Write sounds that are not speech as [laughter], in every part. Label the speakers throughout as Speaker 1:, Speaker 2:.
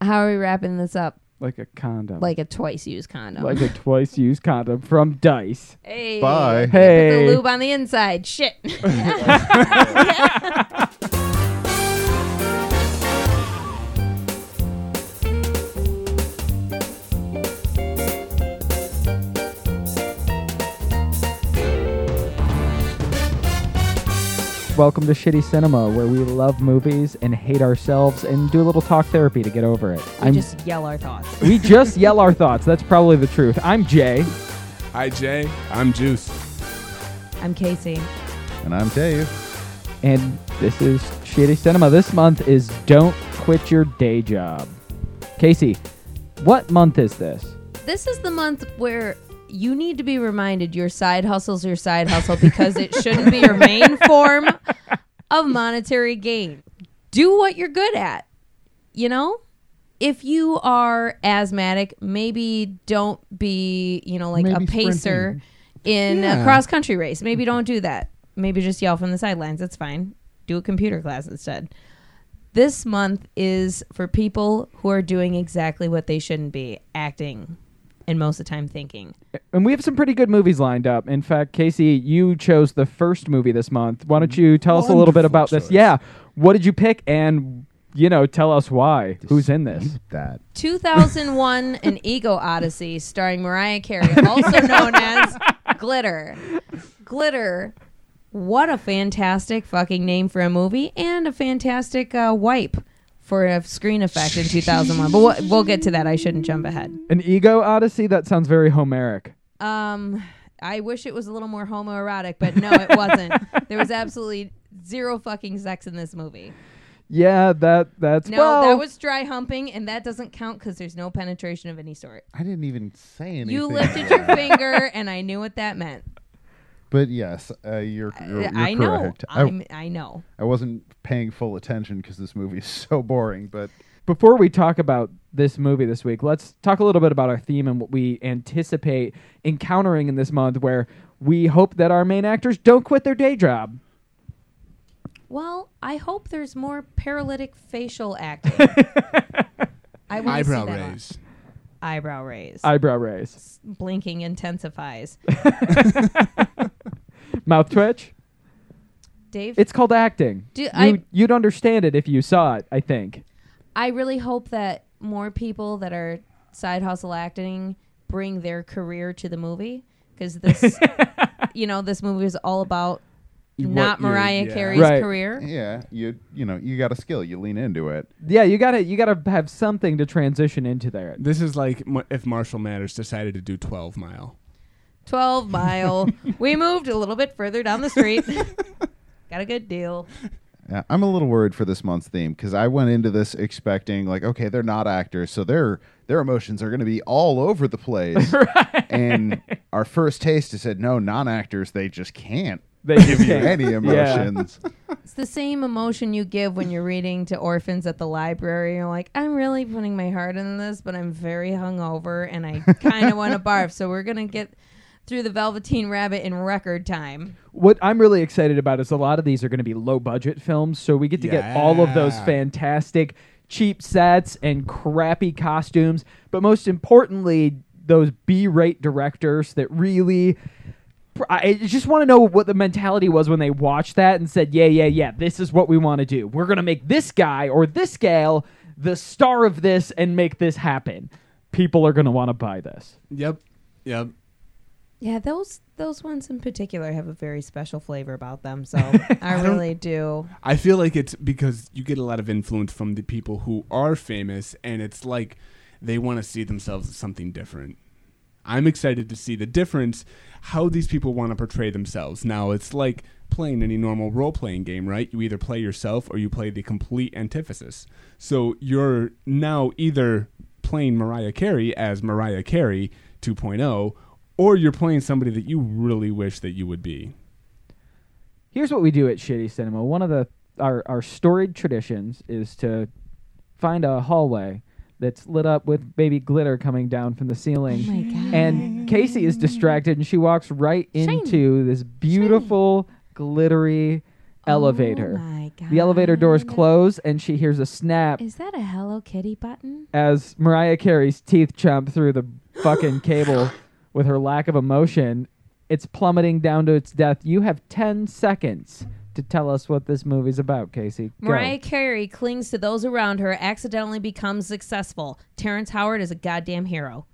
Speaker 1: How are we wrapping this up?
Speaker 2: Like a condom.
Speaker 1: Like a twice used condom.
Speaker 2: Like a twice used condom from
Speaker 1: [laughs]
Speaker 2: Dice.
Speaker 1: hey.
Speaker 3: Bye.
Speaker 1: Put the
Speaker 2: Hey.
Speaker 1: lube on the inside. Shit.
Speaker 2: Welcome to Shitty Cinema, where we love movies and hate ourselves and do a little talk therapy to get over it.
Speaker 1: we just yell our thoughts.
Speaker 2: [laughs] we just yell our thoughts. That's probably the truth. I'm Jay.
Speaker 4: Hi, Jay. I'm Juice.
Speaker 1: I'm Casey.
Speaker 3: And I'm Dave.
Speaker 2: And this is Shitty Cinema. This month is Don't Quit Your Day Job. Casey, what month is this?
Speaker 1: This is the month where you need to be reminded your side hustle's your side hustle because it shouldn't be your main form of monetary gain. Do what you're good at. You know? If you are asthmatic, maybe don't be, you know, like
Speaker 5: Maybe
Speaker 1: a pacer in a
Speaker 4: Yeah.
Speaker 1: cross country race. Maybe don't do that. Maybe just yell from the sidelines. That's fine. Do a computer class instead. This month is for people who are doing exactly what they shouldn't be acting and most of the time thinking.
Speaker 2: And we have some pretty good movies lined up. In fact, Casey, you chose the first movie this month. Why don't you tell us a little bit
Speaker 4: Wonderful
Speaker 2: about this?
Speaker 4: choice.
Speaker 2: Yeah. What did you pick? And, you know, tell us why. Who's in this?
Speaker 3: That.
Speaker 1: 2001 An Ego Odyssey starring Mariah Carey, also known as Glitter. Glitter. What a fantastic fucking name for a movie and a fantastic uh, wipe for a screen effect in 2001. But we'll, we'll get to that. I shouldn't jump ahead.
Speaker 2: An Ego Odyssey? That sounds very Homeric.
Speaker 1: Um, I wish it was a little more homoerotic, but no, it wasn't. there was absolutely zero fucking sex in this movie.
Speaker 2: Yeah, that that's
Speaker 1: No,
Speaker 2: well,
Speaker 1: that was dry humping, and that doesn't count because there's no penetration of any sort.
Speaker 3: I didn't even say anything.
Speaker 1: You lifted your
Speaker 3: [laughs]
Speaker 1: finger, and I knew what that meant.
Speaker 3: But yes, uh, you're, you're, you're
Speaker 1: I know.
Speaker 3: correct. I,
Speaker 1: I'm, I know.
Speaker 3: I wasn't paying full attention because this movie is [laughs] so boring, but
Speaker 2: before we talk about this movie this week, let's talk a little bit about our theme and what we anticipate encountering in this month where we hope that our main actors don't quit their day job.
Speaker 1: Well, I hope there's more paralytic facial
Speaker 3: [laughs]
Speaker 1: acting. I want
Speaker 4: Eyebrow
Speaker 1: see that
Speaker 4: raise.
Speaker 1: on- Eyebrow raise.
Speaker 2: Eyebrow raise.
Speaker 1: Blinking
Speaker 3: [laughs]
Speaker 1: intensifies.
Speaker 2: Mouth twitch.
Speaker 1: Dave,
Speaker 2: It's called acting.
Speaker 1: Do
Speaker 2: you,
Speaker 1: I-
Speaker 2: you'd understand it if you saw it, I think.
Speaker 1: I really hope that more people that are side hustle acting bring their career to the movie because
Speaker 3: [laughs]
Speaker 1: this, you know, this movie is all about
Speaker 4: What
Speaker 1: not
Speaker 4: you-
Speaker 1: Mariah
Speaker 4: yeah.
Speaker 1: Carey's
Speaker 2: Right.
Speaker 1: career.
Speaker 3: yeah, you you know, you got a skill, you lean into it.
Speaker 2: Yeah, you gotta you gotta have something to transition into there.
Speaker 4: This is like ma- if Marshall Matters decided to do 12 Mile.
Speaker 1: 12 mile. we moved a little bit further down the [laughs] street. Got a good deal.
Speaker 3: Yeah, I'm a little worried for this month's theme because I went into this expecting like, okay, they're not actors, so their their emotions are going to be all over
Speaker 1: [laughs]
Speaker 3: the place. And our first taste is said, no, non-actors, they just can't
Speaker 2: They [laughs]
Speaker 3: give you
Speaker 2: can't.
Speaker 3: any emotions.
Speaker 1: It's the same emotion you give when you're reading to orphans at the library. You're like, I'm really putting my heart in this, but I'm very hungover and I kind of want [laughs] to barf. So we're going to get through the Velveteen Rabbit in record time.
Speaker 2: What I'm really excited about is a lot of these are going to be low budget films, so we get to get all of those
Speaker 4: Yeah.
Speaker 2: fantastic cheap sets and crappy costumes, but most importantly, those B-rate directors that really I just want to know what the mentality was when they watched that and said, "Yeah, yeah, yeah, this is what we want to do. We're going to make this guy or this gal the star of this and make this happen." People are going to want to buy this.
Speaker 4: Yep. Yep.
Speaker 1: Yeah, those those ones in particular have a very special flavor about them. So [laughs] I Oh really do.
Speaker 4: I feel like it's because you get a lot of influence from the people who are famous, and it's like they want to see themselves as something different. I'm excited to see the difference, how these people want to portray themselves. Now, it's like playing any normal role playing game, right? You either play yourself or you play the complete antithesis. So you're now either playing Mariah Carey as Mariah Carey 2.0, or you're playing somebody that you really wish that you would be.
Speaker 2: here's what we do at shitty cinema one of the our, our storied traditions is to find a hallway that's lit up with baby glitter coming down from the ceiling
Speaker 1: Oh my God.
Speaker 2: and casey is distracted and she walks right into this beautiful glittery
Speaker 1: Oh
Speaker 2: elevator.
Speaker 1: my God.
Speaker 2: The elevator doors close, and she hears a snap
Speaker 1: Is that a Hello Kitty button?
Speaker 2: as Mariah Carey's teeth chomp through the
Speaker 1: [laughs]
Speaker 2: fucking cable with her lack of emotion. It's plummeting down to its death. You have 10 seconds to tell us what this movie's about, Casey. Go.
Speaker 1: Mariah Carey clings to those around her, accidentally becomes successful. Terrence Howard is a goddamn hero.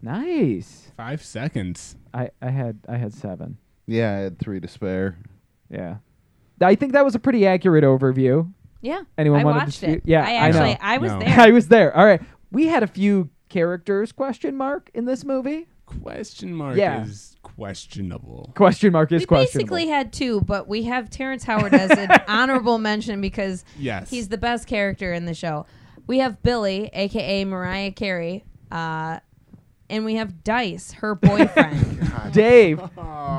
Speaker 2: Nice.
Speaker 4: Five seconds.
Speaker 2: I, I had I had 7.
Speaker 3: Yeah, I had three to spare.
Speaker 2: Yeah. I think that was a pretty accurate overview.
Speaker 1: Yeah.
Speaker 2: Anyone
Speaker 1: I
Speaker 2: wanted to
Speaker 1: watched
Speaker 2: dispute-
Speaker 1: it.
Speaker 2: Yeah,
Speaker 1: I
Speaker 2: I know.
Speaker 1: actually I was
Speaker 4: No.
Speaker 1: there.
Speaker 2: [laughs] I was there. All right. We had a few characters question mark in this movie.
Speaker 4: Question mark
Speaker 2: Yeah.
Speaker 4: is questionable.
Speaker 2: Question mark is
Speaker 1: we
Speaker 2: questionable.
Speaker 1: basically had two, but we have Terrence Howard as
Speaker 2: [laughs]
Speaker 1: an honorable mention because
Speaker 4: Yes.
Speaker 1: he's the best character in the show. We have Billy, aka Mariah Carey, uh, and we have Dice, her
Speaker 2: [laughs]
Speaker 1: boyfriend.
Speaker 2: Dave.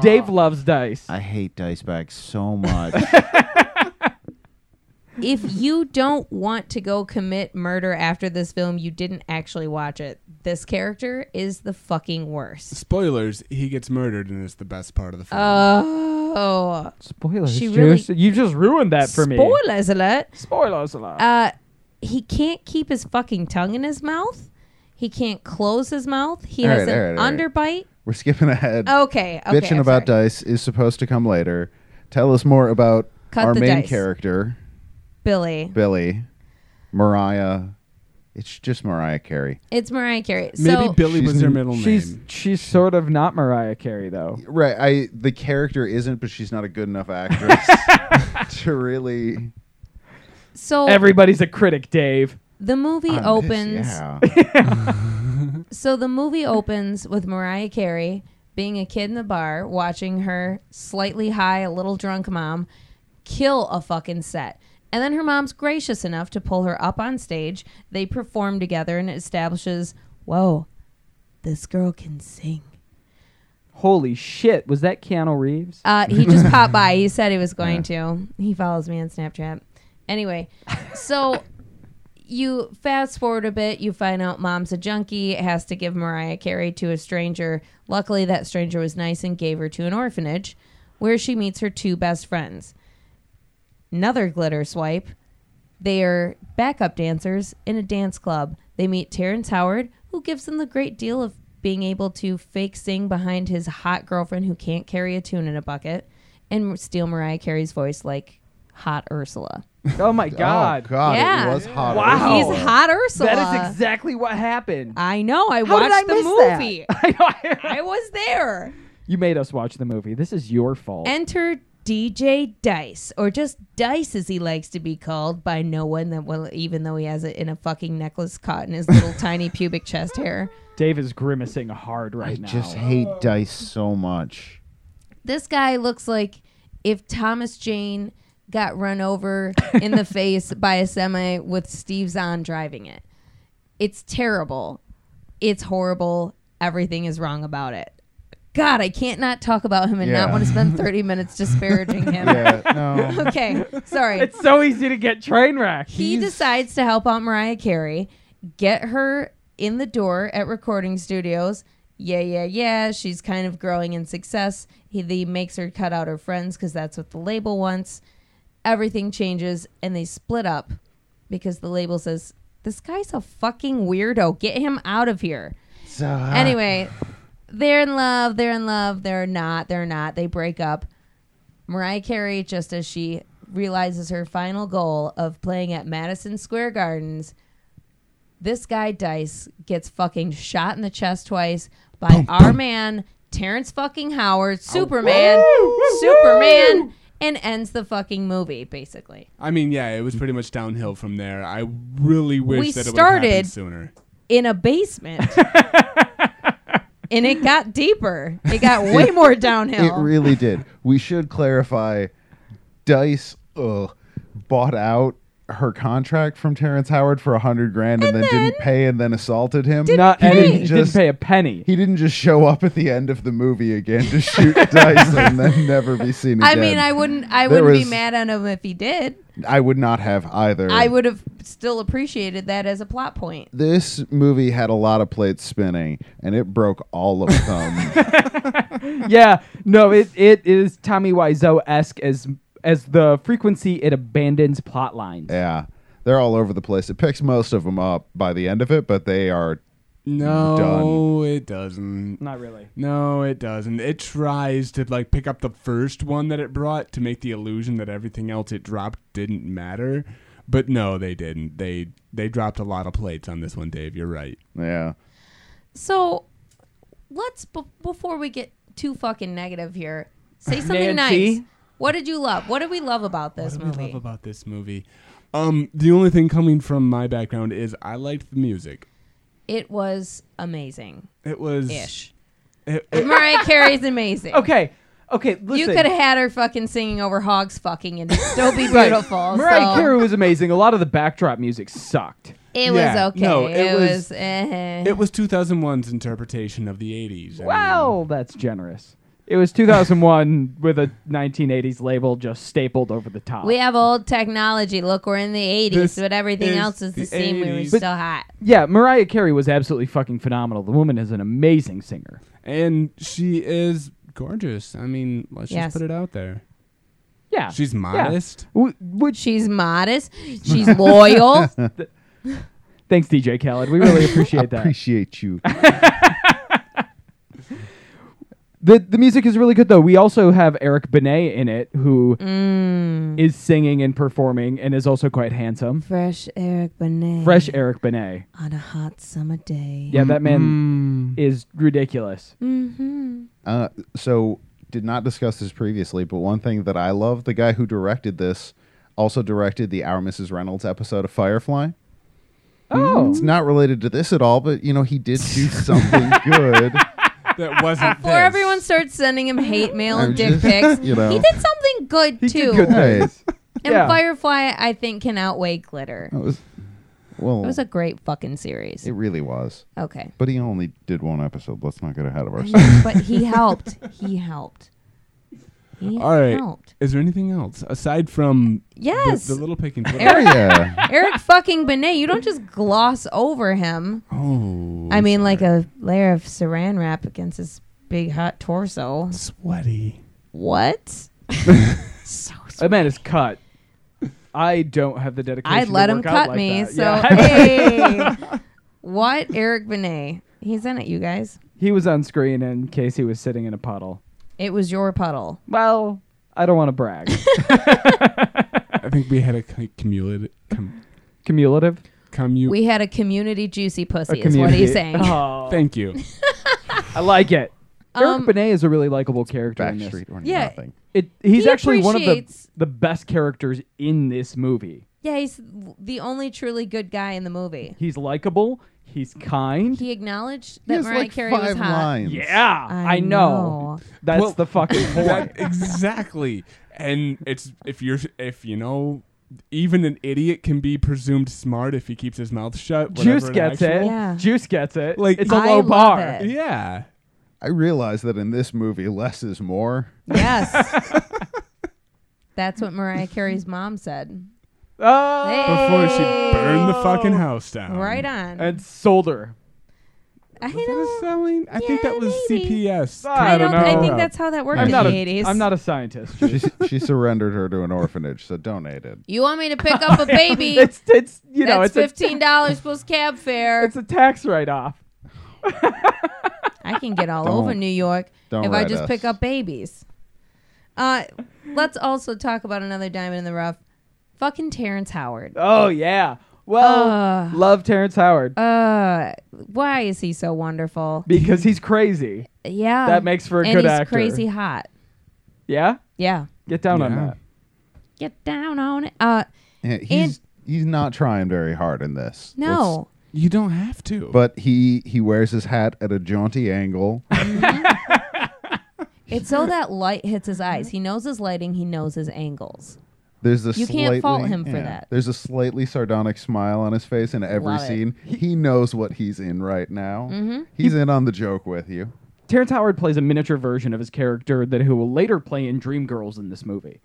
Speaker 2: Dave
Speaker 1: [laughs]
Speaker 2: loves dice.
Speaker 3: I hate dice bags so much. [laughs]
Speaker 1: if you don't want to go commit murder after this film, you didn't actually watch it. This character is the fucking worst.
Speaker 4: Spoilers, he gets murdered and it's the best part of the film.
Speaker 1: Uh, Oh,
Speaker 2: Spoilers.
Speaker 1: She
Speaker 2: Juice.
Speaker 1: really-
Speaker 2: you just ruined that for me.
Speaker 1: spoilers alert!
Speaker 2: Spoilers a lot.
Speaker 1: uh, he can't keep his fucking tongue in his mouth. He can't close his mouth. He
Speaker 3: All
Speaker 1: has
Speaker 3: right,
Speaker 1: an
Speaker 3: all right, all
Speaker 1: underbite.
Speaker 3: We're skipping ahead.
Speaker 1: Okay, Oh, okay.
Speaker 3: Bitching
Speaker 1: I'm
Speaker 3: about
Speaker 1: sorry.
Speaker 3: dice is supposed to come later. Tell us more about
Speaker 1: Cut
Speaker 3: our
Speaker 1: the
Speaker 3: main
Speaker 1: dice.
Speaker 3: character, uh,
Speaker 1: Billy.
Speaker 3: Billy, Mariah. It's just Mariah Carey.
Speaker 1: It's Mariah Carey.
Speaker 4: Maybe
Speaker 1: so
Speaker 4: Billy was
Speaker 3: She's-
Speaker 4: her middle
Speaker 2: she's
Speaker 4: name.
Speaker 2: she's sort of not Mariah Carey though.
Speaker 3: Right. I the character isn't, but she's not a good
Speaker 1: [laughs]
Speaker 3: enough actress to really.
Speaker 1: so
Speaker 2: Everybody's a critic, Dave.
Speaker 1: the movie
Speaker 3: on this-
Speaker 1: opens.
Speaker 3: Oh, [laughs] yeah. Oh,
Speaker 1: So the movie opens with Mariah Carey being a kid in the bar watching her slightly high, a little drunk mom kill a fucking set. And then her mom's gracious enough to pull her up on stage. They perform together and it establishes, whoa, this girl can sing.
Speaker 2: Holy shit, was that Keanu
Speaker 1: [laughs]
Speaker 2: Reeves?
Speaker 1: Uh, he just popped by. He said he was going to. He follows me on Snapchat. Anyway, so you fast forward a bit. You find out mom's a junkie, has to give Mariah Carey to a stranger. Luckily, that stranger was nice and gave her to an orphanage where she meets her two best friends. Another glitter swipe. They are backup dancers in a dance club. They meet Terrence Howard, who gives them the great deal of being able to fake sing behind his hot girlfriend who can't carry a tune in a bucket and steal Mariah Carey's voice like hot Ursula.
Speaker 2: oh my [laughs]
Speaker 3: Oh
Speaker 2: god.
Speaker 3: God!
Speaker 1: Yeah.
Speaker 3: It was hot.
Speaker 2: Wow.
Speaker 1: He's hot Ursula.
Speaker 2: That is exactly what happened.
Speaker 1: I know. I
Speaker 2: How
Speaker 1: watched
Speaker 2: did I
Speaker 1: the
Speaker 2: miss that?
Speaker 1: movie.
Speaker 2: [laughs] I know, I-
Speaker 1: I was there.
Speaker 2: you made us watch the movie. This is your fault.
Speaker 1: Enter DJ Dice, or just Dice as he likes to be called by no one that will, even though he has it in a fucking necklace caught in his
Speaker 2: [laughs]
Speaker 1: little tiny pubic chest hair.
Speaker 2: Dave is grimacing hard right
Speaker 3: I
Speaker 2: now.
Speaker 3: just hate dice so much.
Speaker 1: This guy looks like if Thomas Jane got run
Speaker 3: [laughs]
Speaker 1: over in the face by a semi with Steve Zahn driving it. It's terrible. It's horrible. Everything is wrong about it. God, I can't not talk about him and not
Speaker 3: Yeah.
Speaker 1: want to
Speaker 3: [laughs]
Speaker 1: spend 30 minutes disparaging him.
Speaker 3: Yeah. No.
Speaker 1: [laughs] Okay, sorry.
Speaker 2: it's so easy to get train wrecked.
Speaker 1: he decides to help out Mariah Carey, get her in the door at recording studios. Yeah, yeah, yeah. She's kind of growing in success. He, he makes her cut out her friends because that's what the label wants. Everything changes and they split up because the label says, This guy's a fucking weirdo. Get him out of here.
Speaker 3: So, uh,
Speaker 1: Anyway, they're in love. They're in love. They're not. They're not. They break up. Mariah Carey, just as she realizes her final goal of playing at Madison Square Gardens, this guy Dice gets fucking shot in the chest twice by our man Terrence fucking Howard, Superman, Superman, and ends the fucking movie basically.
Speaker 4: I mean, yeah, it was pretty much downhill from there. I really wish
Speaker 1: We
Speaker 4: that it would have
Speaker 1: started-
Speaker 4: happened sooner.
Speaker 1: in a basement. and it got deeper. It got way more
Speaker 3: It
Speaker 1: downhill.
Speaker 3: really did. We should clarify dice ugh, bought out her contract from Terrence Howard for a hundred grand and,
Speaker 1: And
Speaker 3: then, didn't
Speaker 1: then-
Speaker 3: pay and then assaulted him.
Speaker 2: not
Speaker 3: He
Speaker 2: and
Speaker 3: didn't
Speaker 2: he didn't
Speaker 3: just-
Speaker 2: pay a penny.
Speaker 3: [laughs] He didn't just show up at the end of the movie again to shoot [laughs] dice and then never be seen
Speaker 1: I
Speaker 3: again.
Speaker 1: mean, I wouldn't I
Speaker 3: There
Speaker 1: wouldn't be
Speaker 3: was-
Speaker 1: mad at him if he did.
Speaker 3: I would not have either.
Speaker 1: I would have still appreciated that as a plot point.
Speaker 3: This movie had a lot of plates spinning, and it broke all of
Speaker 1: [laughs]
Speaker 3: them.
Speaker 2: yeah, no, it it is Tommy Wiseau esque as as the frequency it abandons plot lines.
Speaker 3: Yeah, they're all over the place. It picks most of them up by the end of it, but they are
Speaker 4: No, it doesn't.
Speaker 2: Not really.
Speaker 4: No, it doesn't. It tries to like pick up the first one that it brought to make the illusion that everything else it dropped didn't matter. But no, they didn't. They they dropped a lot of plates on this one, Dave. You're right.
Speaker 3: yeah.
Speaker 1: So let's b- before we get too fucking negative here, say something
Speaker 2: Nancy?
Speaker 1: nice. What did you love? What did we love about this
Speaker 4: what do
Speaker 1: movie?
Speaker 4: we love about this movie? Um, the only thing coming from my background is I liked the music.
Speaker 1: it was amazing
Speaker 4: It was
Speaker 1: ish.
Speaker 4: It,
Speaker 1: [laughs]
Speaker 4: it-
Speaker 1: Mariah Carey's amazing.
Speaker 2: Okay. Okay. Listen.
Speaker 1: You could have had her fucking singing over hogs fucking and it'd still
Speaker 4: [laughs]
Speaker 1: be
Speaker 2: Right.
Speaker 1: beautiful.
Speaker 2: Mariah
Speaker 1: so
Speaker 2: Carey was amazing. A lot of the backdrop music sucked.
Speaker 1: It
Speaker 4: Yeah.
Speaker 1: was okay.
Speaker 4: No,
Speaker 1: it,
Speaker 4: it was-
Speaker 1: was. eh.
Speaker 4: it was 2001's interpretation of the 80s. I mean,
Speaker 2: Well, that's generous. It was 2001 with a 1980s label just stapled over the top.
Speaker 1: we have old technology. Look, we're in the 80s,
Speaker 4: This
Speaker 1: but everything
Speaker 4: is
Speaker 1: else is the,
Speaker 4: the
Speaker 1: same. We were
Speaker 4: 80s.
Speaker 1: still hot.
Speaker 2: yeah, Mariah Carey was absolutely fucking phenomenal. The woman is an amazing singer.
Speaker 4: and she is gorgeous. I mean, let's
Speaker 1: Yes. Uh,
Speaker 4: just put it out there.
Speaker 2: Yeah.
Speaker 4: She's modest.
Speaker 1: [laughs]
Speaker 2: W- which,
Speaker 1: She's modest. She's loyal.
Speaker 2: thanks, DJ Khaled. We
Speaker 4: [laughs]
Speaker 2: really appreciate that.
Speaker 3: Appreciate you.
Speaker 1: [laughs]
Speaker 2: The the music is really good though. We also have Eric Benet in it, who is
Speaker 1: Mm.
Speaker 2: singing and performing, and is also quite handsome.
Speaker 1: Fresh Eric Benet.
Speaker 2: Fresh Eric Benet.
Speaker 1: on a hot summer day.
Speaker 2: Yeah, that man is ridiculous.
Speaker 1: Mm-hmm.
Speaker 3: Uh, so did not discuss this previously, but one thing that I love, the guy who directed this also directed the Our Mrs. Reynolds episode of Firefly.
Speaker 2: Oh,
Speaker 3: It's not related to this at all, but you know, he did
Speaker 1: [laughs]
Speaker 3: do something good.
Speaker 4: That wasn't
Speaker 1: Before
Speaker 4: this.
Speaker 1: everyone starts sending him hate mail
Speaker 3: I'm
Speaker 1: and dick
Speaker 3: just- [laughs]
Speaker 1: pics,
Speaker 3: you know.
Speaker 1: he did something good
Speaker 2: he
Speaker 1: too.
Speaker 2: did good things.
Speaker 3: Right.
Speaker 1: And
Speaker 2: Yeah.
Speaker 1: Firefly, I think, can outweigh Glitter.
Speaker 3: That was well
Speaker 1: It was a great fucking series.
Speaker 3: Oh. it really was.
Speaker 1: Okay.
Speaker 3: But he only did one episode. Let's not get ahead of ourselves.
Speaker 1: but he helped. He helped. He
Speaker 4: All right.
Speaker 1: helped.
Speaker 4: Is there anything else aside from
Speaker 1: Yes.
Speaker 4: the, the
Speaker 1: [laughs]
Speaker 4: little picking?
Speaker 3: Oh yeah.
Speaker 1: Eric fucking Benet, you don't just gloss over him.
Speaker 4: oh,
Speaker 1: I mean, like a layer of saran wrap against his big hot torso.
Speaker 4: sweaty.
Speaker 2: [laughs]
Speaker 1: What? so sweet.
Speaker 2: That man is cut. I don't have the dedication.
Speaker 1: I'd let
Speaker 2: to
Speaker 1: him
Speaker 2: work out
Speaker 1: cut
Speaker 2: like
Speaker 1: me.
Speaker 2: that.
Speaker 1: So,
Speaker 2: Yeah. [laughs]
Speaker 1: hey. what? Eric Benet. He's in it, you guys.
Speaker 2: he was on screen in case he was sitting in a puddle.
Speaker 1: It was your puddle.
Speaker 2: Well, I don't want to [laughs] brag.
Speaker 4: I think we had a c- cumulative. Com-
Speaker 2: Cumulative.
Speaker 4: commu-
Speaker 1: We had a community juicy
Speaker 2: A
Speaker 1: pussy, is what
Speaker 2: community- Uh-huh.
Speaker 1: he's
Speaker 2: [laughs]
Speaker 1: saying.
Speaker 2: Aw,
Speaker 4: Thank you.
Speaker 2: I like it.
Speaker 1: Um,
Speaker 2: Eric Benet is a really likable character in this.
Speaker 3: Backstreet or
Speaker 1: Yeah.
Speaker 3: nothing.
Speaker 2: It, he's
Speaker 1: He
Speaker 2: actually one of the
Speaker 1: appreciates-
Speaker 2: the best characters in this movie.
Speaker 1: Yeah, he's the only truly good guy in the movie.
Speaker 2: He's likable. He's kind.
Speaker 1: He acknowledged
Speaker 3: He
Speaker 1: that
Speaker 3: has
Speaker 1: Mariah
Speaker 3: like
Speaker 1: Carey
Speaker 3: five
Speaker 1: was hot.
Speaker 3: lines.
Speaker 2: yeah, I,
Speaker 1: I
Speaker 2: know.
Speaker 1: know.
Speaker 2: That's
Speaker 4: Well,
Speaker 2: the [laughs] fucking point.
Speaker 4: That- exactly. And it's if you're if you know even an idiot can be presumed smart if he keeps his mouth shut. whatever
Speaker 2: Juice
Speaker 4: an
Speaker 2: gets it.
Speaker 4: actual-
Speaker 1: Yeah.
Speaker 2: Juice gets it.
Speaker 4: Like-
Speaker 2: it's a
Speaker 1: I
Speaker 2: low
Speaker 1: love
Speaker 2: bar.
Speaker 1: it.
Speaker 4: Yeah.
Speaker 3: I realize that in this movie less is more.
Speaker 1: Yes. [laughs] That's what Mariah Carey's mom said.
Speaker 2: Oh,
Speaker 4: Before she burned the fucking house
Speaker 2: Um,
Speaker 4: down.
Speaker 1: Oh, Right on.
Speaker 2: and sold her.
Speaker 1: I
Speaker 4: Was that a
Speaker 1: don't,
Speaker 4: selling? I think
Speaker 1: Yeah,
Speaker 4: that was
Speaker 1: maybe.
Speaker 4: CPS.
Speaker 2: I
Speaker 1: I
Speaker 2: don't
Speaker 1: don't. I
Speaker 2: know.
Speaker 1: think that's how that worked
Speaker 2: I'm
Speaker 1: in
Speaker 2: not
Speaker 1: the
Speaker 2: a.
Speaker 1: 80s.
Speaker 2: am not a scientist.
Speaker 3: She, she surrendered her to an orphanage, so donated.
Speaker 1: you want me to pick up a baby?
Speaker 2: [laughs] it's it's you know
Speaker 1: That's
Speaker 2: it's a,
Speaker 1: fifteen dollars plus cab fare.
Speaker 2: it's a tax write off.
Speaker 1: I can get all
Speaker 3: Don't-
Speaker 1: over New York
Speaker 3: don't
Speaker 1: if I
Speaker 3: write
Speaker 1: just
Speaker 3: us.
Speaker 1: pick up babies. Uh, let's also talk about another diamond in the rough. Fucking Terrence Howard.
Speaker 2: Oh yeah. Well,
Speaker 1: Ugh.
Speaker 2: love Terrence Howard
Speaker 1: Uh, why is he so wonderful?
Speaker 2: because he's crazy.
Speaker 1: Yeah,
Speaker 2: That makes for a
Speaker 1: and
Speaker 2: good
Speaker 1: he's
Speaker 2: actor.
Speaker 1: Crazy hot.
Speaker 2: Yeah,
Speaker 1: Yeah,
Speaker 2: get down on
Speaker 4: Yeah.
Speaker 2: that.
Speaker 1: get down on it. Uh,
Speaker 3: Yeah, He's he's not trying very hard in this. Let's-
Speaker 1: no,
Speaker 4: You don't have to.
Speaker 3: but he he wears his hat at a jaunty angle.
Speaker 1: it's
Speaker 2: [laughs]
Speaker 1: so that light hits his eyes. He knows his lighting. He knows his angles.
Speaker 3: There's a
Speaker 1: You
Speaker 3: slightly,
Speaker 1: can't fault him for that.
Speaker 3: There's a slightly sardonic smile on his face in every
Speaker 1: Love it. Mm-hmm.
Speaker 3: scene. He knows what he's in right now. He's in on the joke with you.
Speaker 2: Terrence Howard plays a miniature version of his character that he will later play in Dreamgirls in this movie.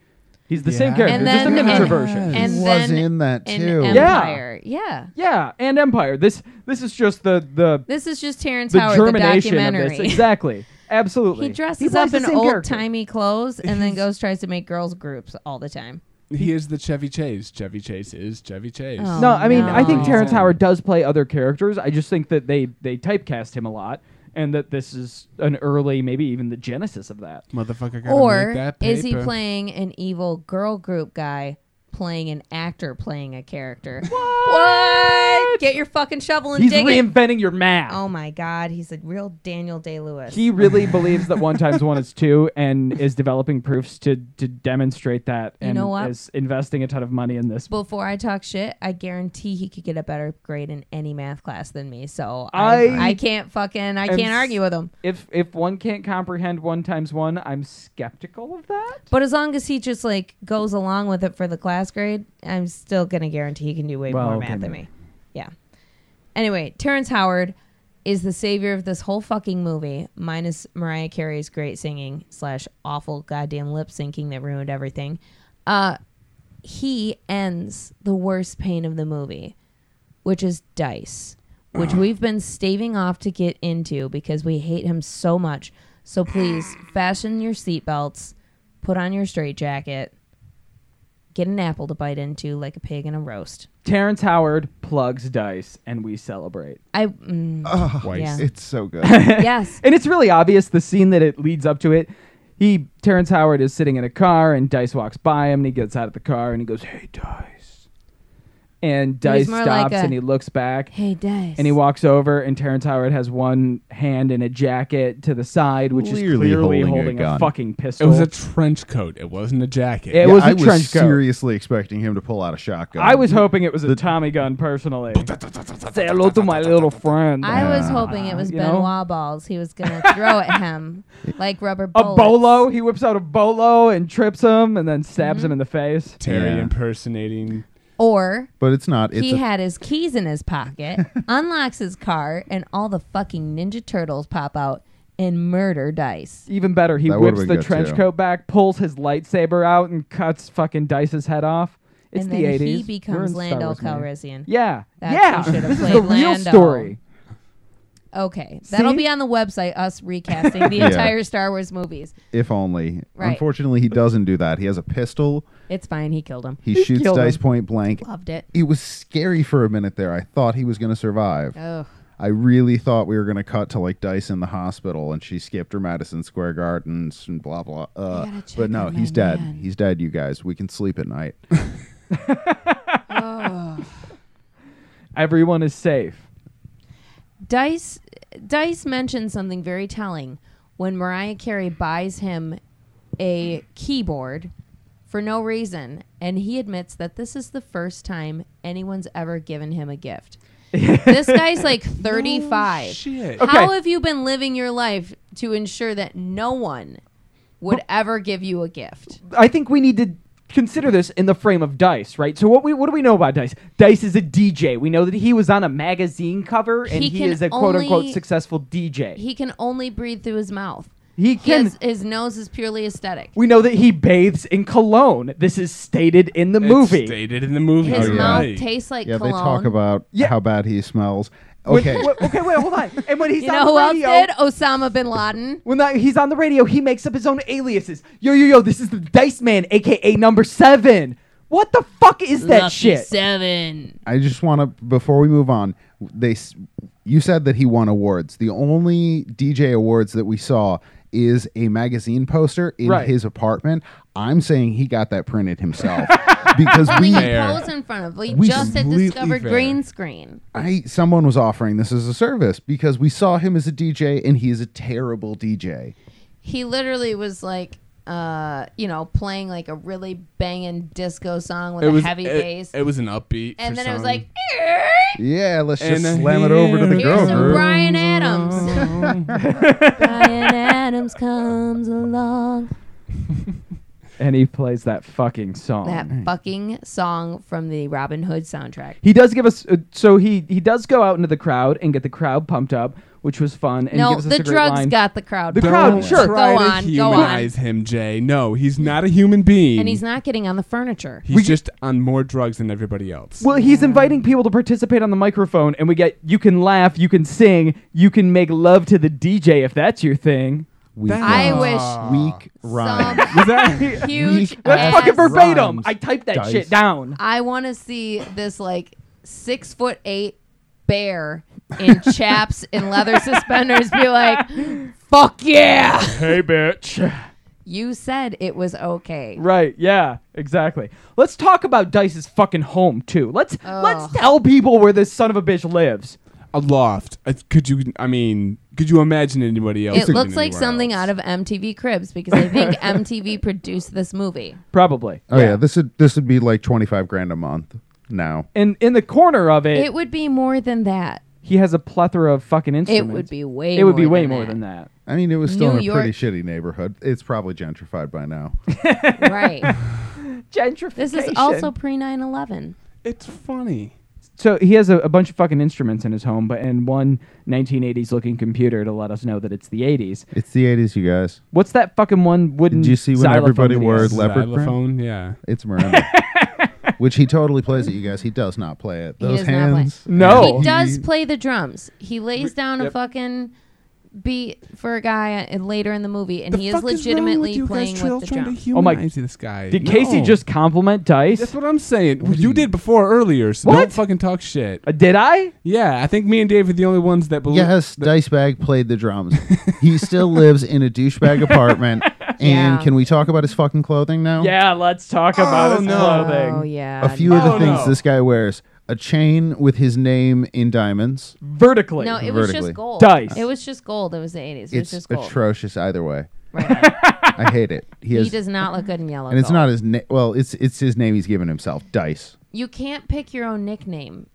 Speaker 2: He's the same
Speaker 4: Yeah.
Speaker 2: character,
Speaker 1: And
Speaker 2: just a
Speaker 1: then-
Speaker 2: miniature
Speaker 1: and-
Speaker 2: version.
Speaker 1: And
Speaker 3: he was
Speaker 1: then
Speaker 3: in that
Speaker 1: In
Speaker 3: too.
Speaker 2: Yeah.
Speaker 1: Empire, yeah.
Speaker 2: yeah, and Empire. This this is just the the
Speaker 1: This is just Terrence
Speaker 2: the
Speaker 1: Howard the
Speaker 2: germination
Speaker 1: [laughs]
Speaker 2: of
Speaker 1: documentary.
Speaker 2: this. Exactly. absolutely.
Speaker 1: He dresses
Speaker 2: plays
Speaker 1: up
Speaker 2: the
Speaker 1: in
Speaker 2: same
Speaker 1: old
Speaker 2: character.
Speaker 1: timey clothes and then goes tries to make girls groups all the time.
Speaker 4: He is the Chevy Chase. Chevy Chase is Chevy Chase.
Speaker 1: Oh.
Speaker 2: No, I mean I think
Speaker 1: no.
Speaker 2: Terrence
Speaker 4: Yeah.
Speaker 2: Howard does play other characters. I just think that they they typecast him a lot, and that this is an early, maybe even the genesis of that.
Speaker 4: Motherfucker got make
Speaker 1: Or
Speaker 4: that paper.
Speaker 1: is he playing an evil girl group guy playing an actor playing a character? What? Get your fucking shovel and
Speaker 2: He's
Speaker 1: dig it.
Speaker 2: reinventing your math.
Speaker 1: Oh my god, he's a real Daniel Day Lewis.
Speaker 2: He really believes that one times one is two, and is developing proofs to to demonstrate that,
Speaker 1: You
Speaker 2: and
Speaker 1: know what?
Speaker 2: is investing a ton of money in this.
Speaker 1: Before I talk shit, I guarantee he could get a better grade in any math class than me. So
Speaker 2: I
Speaker 1: I, I can't fucking I
Speaker 2: am
Speaker 1: can't
Speaker 2: s-
Speaker 1: argue with him.
Speaker 2: If if one can't comprehend one times one, I'm skeptical of that.
Speaker 1: But as long as he just like goes along with it for the class grade, I'm still gonna guarantee he can do way
Speaker 2: Well,
Speaker 1: more
Speaker 2: okay,
Speaker 1: math than
Speaker 2: maybe.
Speaker 1: me. Yeah. Anyway, Terrence Howard is the savior of this whole fucking movie, minus Mariah Carey's great singing slash awful goddamn lip syncing that ruined everything. Uh, he ends the worst pain of the movie, which is Dice, which we've been staving off to get into because we hate him so much. So please fasten your seatbelts, put on your straitjacket, get an apple to bite into like a pig in a roast.
Speaker 2: Terrence Howard plugs dice, and we celebrate.
Speaker 1: I mm,
Speaker 3: [laughs]
Speaker 4: Weiss.
Speaker 1: yeah.
Speaker 3: Oh, It's
Speaker 2: [laughs]
Speaker 3: so good.
Speaker 1: yes.
Speaker 2: And it's really obvious the scene that it leads up to it. He Terrence Howard is sitting in a car and Dice walks by him and he gets out of the car and he goes, "Hey Dice." And Dice
Speaker 1: more like
Speaker 2: stops
Speaker 1: a-
Speaker 2: and he looks back
Speaker 1: Hey, Dice.
Speaker 2: and he walks over and Terrence Howard has one hand in a jacket to the side which is
Speaker 3: Clearly
Speaker 2: clearly
Speaker 3: holding a
Speaker 2: holding, a,
Speaker 3: gun.
Speaker 2: fucking
Speaker 4: It
Speaker 2: pistol.
Speaker 4: was a trench coat. It wasn't a jacket.
Speaker 2: It was a
Speaker 3: I
Speaker 2: trench coat.
Speaker 3: seriously expecting him to pull out a shotgun. [laughs]
Speaker 2: I was hoping it was a Tommy gun personally. Say hello to my little friend.
Speaker 1: I was hoping it was
Speaker 2: you
Speaker 1: Benoit
Speaker 2: know?
Speaker 1: balls he was gonna throw at him like rubber
Speaker 2: a
Speaker 1: bullets.
Speaker 2: bolo, he whips out a bolo and trips him and then stabs
Speaker 1: Mm-hmm.
Speaker 2: him in the face.
Speaker 4: Terry
Speaker 3: Yeah.
Speaker 4: impersonating.
Speaker 1: Or
Speaker 3: but it's not. It's
Speaker 1: he
Speaker 3: a,
Speaker 1: had his keys in his pocket,
Speaker 2: [laughs]
Speaker 1: unlocks his car, and all the fucking Ninja Turtles pop out and murder Dice.
Speaker 2: Even better, he
Speaker 3: That would've
Speaker 2: whips
Speaker 3: been
Speaker 2: the
Speaker 3: good,
Speaker 2: trench
Speaker 3: too.
Speaker 2: coat back, pulls his lightsaber out, and cuts fucking Dice's head off. It's
Speaker 1: and
Speaker 2: the
Speaker 1: then
Speaker 2: 80s.
Speaker 1: he
Speaker 2: We're
Speaker 1: becomes
Speaker 2: in
Speaker 1: Lando
Speaker 2: Star Wars, man.
Speaker 1: Calrissian.
Speaker 2: Yeah,
Speaker 1: That's who
Speaker 2: yeah.
Speaker 1: should've
Speaker 2: This is
Speaker 1: played
Speaker 2: the real
Speaker 1: Lando.
Speaker 2: story.
Speaker 1: Okay, that'll
Speaker 2: See?
Speaker 1: be on the website. Us
Speaker 2: [laughs]
Speaker 1: recasting the
Speaker 3: Yeah.
Speaker 1: entire Star Wars movies.
Speaker 3: if only.
Speaker 1: Right.
Speaker 3: Unfortunately, he doesn't do that. He has a pistol.
Speaker 1: It's fine. He killed him.
Speaker 3: He,
Speaker 2: He
Speaker 3: shoots
Speaker 2: killed
Speaker 3: dice
Speaker 2: him.
Speaker 3: point blank.
Speaker 1: Loved it.
Speaker 3: It was scary for a minute there. I thought he was going to survive.
Speaker 1: Oh,
Speaker 3: I really thought we were going to cut to like Dice in the hospital and she skipped her Madison Square Gardens and blah blah. Uh,
Speaker 1: gotta check
Speaker 3: but no,
Speaker 1: on
Speaker 3: he's
Speaker 1: my
Speaker 3: dead.
Speaker 1: man.
Speaker 3: He's dead. You guys, we can sleep at night.
Speaker 2: Everyone is safe.
Speaker 1: Dice Dice mentioned something very telling when Mariah Carey buys him a keyboard for no reason and he admits that this is the first time anyone's ever given him a
Speaker 3: [laughs]
Speaker 1: gift. this guy's like 35.
Speaker 4: Oh, shit.
Speaker 1: How
Speaker 2: Okay.
Speaker 1: have you been living your life to ensure that no one would ever give you a gift?
Speaker 2: I think we need to consider this in the frame of Dice, right? So what we what do we know about Dice? Dice is a DJ. We know that he was on a magazine cover and
Speaker 1: He
Speaker 2: he,
Speaker 1: can
Speaker 2: is a quote unquote
Speaker 1: only-
Speaker 2: successful DJ. He,
Speaker 1: He can only breathe through his mouth.
Speaker 2: can
Speaker 1: His, his nose is purely aesthetic.
Speaker 2: we know that he bathes in cologne. This is stated in the
Speaker 4: It's
Speaker 2: movie.
Speaker 4: stated in the movie. Oh,
Speaker 1: His
Speaker 3: yeah.
Speaker 1: mouth
Speaker 4: Right.
Speaker 1: tastes like
Speaker 3: yeah,
Speaker 1: cologne.
Speaker 3: they talk about
Speaker 2: Yeah.
Speaker 3: how bad he smells.
Speaker 2: When-
Speaker 3: Okay,
Speaker 2: wh- okay, wait, hold on. And when
Speaker 1: [laughs]
Speaker 2: he's
Speaker 1: You
Speaker 2: on
Speaker 1: know who
Speaker 2: the
Speaker 1: else
Speaker 2: radio,
Speaker 1: did? Osama bin Laden.
Speaker 2: when that, he's on the radio, he makes up his own aliases. Yo, yo, yo! This is the Dice Man, aka Number Seven. What the fuck is that shit?
Speaker 1: Seven.
Speaker 3: I just want to before we move on. They, s- you said that he won awards. The only DJ awards that we saw is a magazine poster in
Speaker 2: Right.
Speaker 3: his apartment. I'm saying he got that printed himself [laughs] because we
Speaker 4: Fair.
Speaker 1: Pose in front of. We,
Speaker 3: We
Speaker 1: just had
Speaker 4: completely
Speaker 1: discovered
Speaker 4: fair.
Speaker 1: green screen.
Speaker 3: I someone was offering this as a service because we saw him as a DJ and he is a terrible DJ.
Speaker 1: He literally was like, uh, you know, playing like a really banging disco song with
Speaker 4: It
Speaker 1: a
Speaker 4: was
Speaker 1: heavy
Speaker 4: it,
Speaker 1: bass,
Speaker 4: It was an upbeat.
Speaker 1: and
Speaker 4: for
Speaker 1: then it was
Speaker 4: some-
Speaker 1: like,
Speaker 3: Yeah, let's just
Speaker 4: And
Speaker 3: slam it over to the
Speaker 4: here
Speaker 1: here's
Speaker 4: Go,
Speaker 3: girl
Speaker 1: some
Speaker 4: girl.
Speaker 3: group.
Speaker 1: Brian
Speaker 2: [laughs]
Speaker 1: Adams. Brian Adams comes along.
Speaker 2: And he plays that fucking song.
Speaker 1: [laughs] That fucking song from the Robin Hood soundtrack.
Speaker 2: He does give us uh, so he he does go out into the crowd and get the crowd pumped up, which was fun. And
Speaker 1: no,
Speaker 2: gives us
Speaker 1: the
Speaker 2: a great
Speaker 1: drugs
Speaker 2: line.
Speaker 1: got the crowd.
Speaker 2: The
Speaker 1: going.
Speaker 2: crowd,
Speaker 4: Don't
Speaker 2: sure.
Speaker 4: Try
Speaker 1: Go
Speaker 4: to
Speaker 1: on, go on.
Speaker 4: humanize him, Jay. No, he's not a human being.
Speaker 1: And he's not getting on the furniture.
Speaker 4: He's just on more drugs than everybody else.
Speaker 2: Well, he's inviting people to participate on the microphone, and we get you can laugh, you can sing, you can make love to the DJ if that's your thing.
Speaker 3: weak
Speaker 1: I
Speaker 3: rhymes.
Speaker 1: wish
Speaker 3: weak rhymes.
Speaker 1: some
Speaker 2: Was
Speaker 1: [laughs]
Speaker 2: that-
Speaker 1: huge.
Speaker 3: Weak
Speaker 2: [laughs] That's
Speaker 1: ass-
Speaker 2: fucking verbatim.
Speaker 3: Rhymes.
Speaker 2: I typed that
Speaker 3: Dice.
Speaker 2: shit down.
Speaker 1: I want to see this like six foot eight bear in chaps and leather suspenders be like, "Fuck yeah!"
Speaker 2: Hey, bitch.
Speaker 1: You said it was okay.
Speaker 2: Right. Yeah. Exactly. Let's talk about Dice's fucking home too. Let's
Speaker 1: Ugh.
Speaker 2: let's tell people where this son of a bitch lives.
Speaker 4: a loft. I, could you? I mean, could you imagine anybody else?
Speaker 1: It
Speaker 4: living
Speaker 1: looks like
Speaker 4: anywhere
Speaker 1: something
Speaker 4: else?
Speaker 1: out of MTV Cribs because I
Speaker 2: [laughs]
Speaker 1: think MTV produced this movie.
Speaker 2: Probably.
Speaker 3: Oh yeah. this would this would be like twenty five grand a month now.
Speaker 2: And in the corner of it,
Speaker 1: It would be more than that.
Speaker 2: he has a plethora of fucking
Speaker 1: It
Speaker 2: instruments.
Speaker 1: would be way.
Speaker 2: It would be
Speaker 1: more
Speaker 2: way
Speaker 1: than
Speaker 2: more
Speaker 1: that.
Speaker 2: than that.
Speaker 3: I mean, it was still
Speaker 1: New
Speaker 3: in a
Speaker 1: York-
Speaker 3: pretty shitty neighborhood. It's probably gentrified by now.
Speaker 1: right.
Speaker 2: Gentrification.
Speaker 1: This is also pre 9 11.
Speaker 4: It's funny.
Speaker 2: so he has a, a bunch of fucking instruments in his home, but and one 1980s looking computer to let us know that it's the 80s.
Speaker 3: [laughs] It's the eighties, you guys.
Speaker 2: What's that fucking one wooden?
Speaker 3: Did you see when
Speaker 2: xylophone
Speaker 3: everybody
Speaker 2: that he
Speaker 3: wore
Speaker 2: has?
Speaker 3: leopard print?
Speaker 4: Xylophone, yeah.
Speaker 3: It's [laughs] Miranda. Which he totally plays it, you guys. He does not play it.
Speaker 1: He
Speaker 3: Those
Speaker 1: does not play.
Speaker 3: hands.
Speaker 2: No.
Speaker 1: He does
Speaker 3: He-
Speaker 1: play the drums. He lays down a
Speaker 2: yep.
Speaker 1: fucking beat for a guy uh, and later in the movie, and
Speaker 4: The
Speaker 1: he is
Speaker 4: fuck wrong
Speaker 1: legitimately
Speaker 4: with you guys
Speaker 1: playing
Speaker 4: trying
Speaker 1: with the
Speaker 4: to
Speaker 1: drums.
Speaker 2: Oh my-
Speaker 4: humanize this guy.
Speaker 2: Did
Speaker 4: No.
Speaker 2: Casey just compliment Dice?
Speaker 4: That's what I'm saying. you did before earlier, so
Speaker 2: What?
Speaker 4: don't fucking talk shit.
Speaker 2: Uh, did I?
Speaker 4: Yeah, I think me and Dave are the only ones that believe.
Speaker 3: Yes, Dicebag played
Speaker 1: [laughs]
Speaker 3: the drums. he still lives in a douchebag apartment. And
Speaker 1: Yeah.
Speaker 3: can we talk about his fucking clothing now?
Speaker 2: Yeah, let's talk about his
Speaker 4: no.
Speaker 2: clothing.
Speaker 1: Oh, yeah.
Speaker 3: A few of the
Speaker 4: Oh,
Speaker 3: things
Speaker 4: no.
Speaker 3: this guy wears: a chain with his name in diamonds.
Speaker 2: Vertically.
Speaker 1: No, it was
Speaker 3: Vertically.
Speaker 1: just gold.
Speaker 2: Dice.
Speaker 1: It was just gold. It was the 80s. It was
Speaker 3: It's
Speaker 1: just gold.
Speaker 3: atrocious either way.
Speaker 1: Right.
Speaker 3: [laughs] I hate it. He, has,
Speaker 1: He does not look good
Speaker 3: [laughs]
Speaker 1: in yellow.
Speaker 3: and it's
Speaker 1: gold.
Speaker 3: not his name. Well, it's it's his name he's given himself. Dice.
Speaker 1: You can't pick your own nickname.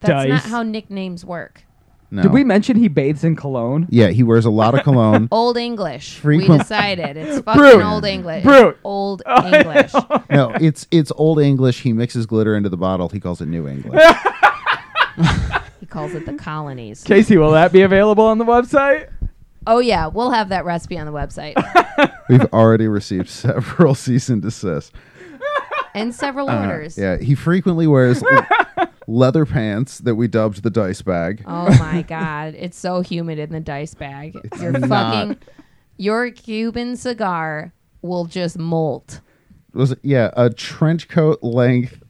Speaker 1: That's not
Speaker 2: Dice.
Speaker 1: how nicknames work.
Speaker 3: No.
Speaker 2: Did we mention he bathes in cologne?
Speaker 3: Yeah, he wears a lot of cologne.
Speaker 2: [laughs]
Speaker 1: Old English. We
Speaker 3: Frequent-
Speaker 1: decided
Speaker 3: [laughs]
Speaker 1: it's fucking
Speaker 2: Brute.
Speaker 1: old English.
Speaker 2: Brute.
Speaker 4: [laughs]
Speaker 1: Old English.
Speaker 3: no, it's it's old English. He mixes glitter into the bottle. He calls it
Speaker 2: [laughs]
Speaker 3: New English.
Speaker 1: he calls it the colonies.
Speaker 2: Casey, will that be available on the website?
Speaker 1: Oh yeah, we'll have that recipe on the
Speaker 3: [laughs]
Speaker 1: website
Speaker 3: We've already received several [laughs] cease and desist.
Speaker 1: and several
Speaker 2: Uh,
Speaker 1: orders.
Speaker 3: Yeah, he
Speaker 2: [laughs]
Speaker 3: frequently wears l- leather pants that we dubbed the dice bag.
Speaker 2: [laughs]
Speaker 1: Oh my god, it's so humid in the dice bag. your
Speaker 3: not.
Speaker 1: fucking your Cuban cigar will just molt.
Speaker 3: was yeah a trench coat
Speaker 2: [laughs]
Speaker 3: length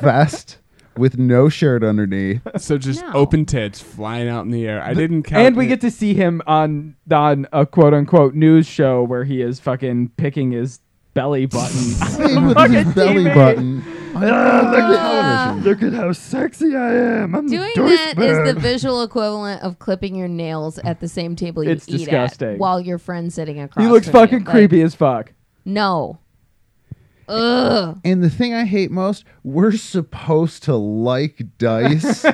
Speaker 3: vest with no shirt underneath.
Speaker 4: So just
Speaker 1: No.
Speaker 4: open tits flying out in the air. I didn't count.
Speaker 2: And we
Speaker 4: it.
Speaker 2: get to see him on on a quote unquote news show where he is fucking picking his belly button.
Speaker 3: Playing
Speaker 2: [laughs]
Speaker 3: with
Speaker 2: Fucking
Speaker 3: his belly
Speaker 2: TV. [laughs]
Speaker 3: button. [laughs] look, at,
Speaker 1: television.
Speaker 3: how sexy I am. I'm
Speaker 1: Doing that is the visual equivalent of clipping your nails at the same table you
Speaker 2: It's
Speaker 1: eat
Speaker 2: disgusting.
Speaker 1: at while your friend's sitting across.
Speaker 2: he looks
Speaker 1: from you.
Speaker 2: fucking
Speaker 1: Like,
Speaker 2: creepy as fuck.
Speaker 1: No. Ugh.
Speaker 3: and the thing I hate most, we're supposed to like
Speaker 2: [laughs]
Speaker 3: Dice.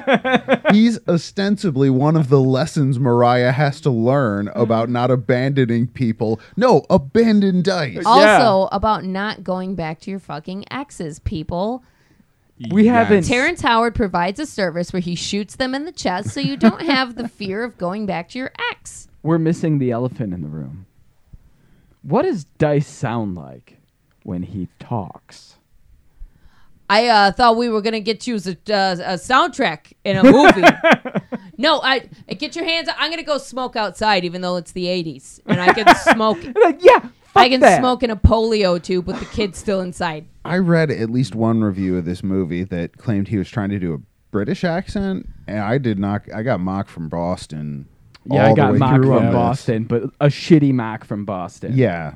Speaker 3: He's ostensibly one of the lessons Mariah has to learn about not abandoning people. No, abandon Dice.
Speaker 1: Also, about not going back to your fucking exes, people.
Speaker 2: We haven't-
Speaker 1: Terrence Howard provides a service where he shoots them in the chest so you don't have the fear of going back to your ex.
Speaker 2: We're missing the elephant in the room. What does Dice sound like when he talks?
Speaker 1: I uh, thought we were gonna get you as a, uh, a soundtrack in a movie.
Speaker 2: [laughs]
Speaker 1: no, I uh, get your hands. I'm gonna go smoke outside, even though it's the '80s, and I
Speaker 2: [laughs]
Speaker 1: can smoke.
Speaker 2: Like, yeah, fuck
Speaker 1: I can
Speaker 2: that.
Speaker 1: smoke in a polio tube with the kids still inside.
Speaker 3: I read at least one review of this movie that claimed he was trying to do a British accent, and I did not. I got mocked from Boston.
Speaker 2: Yeah,
Speaker 3: all
Speaker 2: I
Speaker 3: the
Speaker 2: got
Speaker 3: way
Speaker 2: mock
Speaker 3: through on
Speaker 2: from
Speaker 3: this.
Speaker 2: Boston, but a shitty mock from Boston.
Speaker 3: Yeah,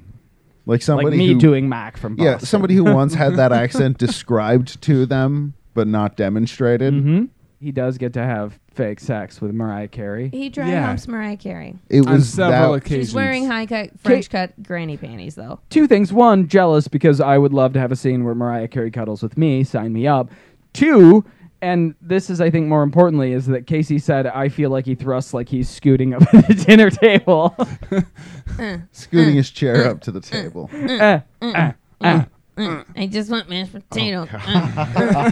Speaker 3: like
Speaker 2: like
Speaker 3: somebody
Speaker 2: me
Speaker 3: who,
Speaker 2: doing mock from Boston.
Speaker 3: Yeah, somebody who once
Speaker 2: [laughs]
Speaker 3: had that accent described to them but not demonstrated.
Speaker 2: hmm He does get to have fake sex with Mariah Carey.
Speaker 1: He dry
Speaker 4: Yeah.
Speaker 1: humps Mariah Carey.
Speaker 3: It
Speaker 4: on
Speaker 3: was
Speaker 4: several
Speaker 3: that.
Speaker 4: occasions.
Speaker 1: She's wearing high cut French cut granny panties though.
Speaker 2: two things. One, jealous because I would love to have a scene where Mariah Carey cuddles with me. Sign me up. Two, and this is, I think, more importantly, is that Casey said, I feel like he thrusts like he's scooting up [laughs] at the dinner table.
Speaker 3: scooting his
Speaker 1: Mm.
Speaker 3: chair up to the table.
Speaker 2: Eh, eh, eh.
Speaker 1: I just want mashed
Speaker 2: Oh,
Speaker 1: potato.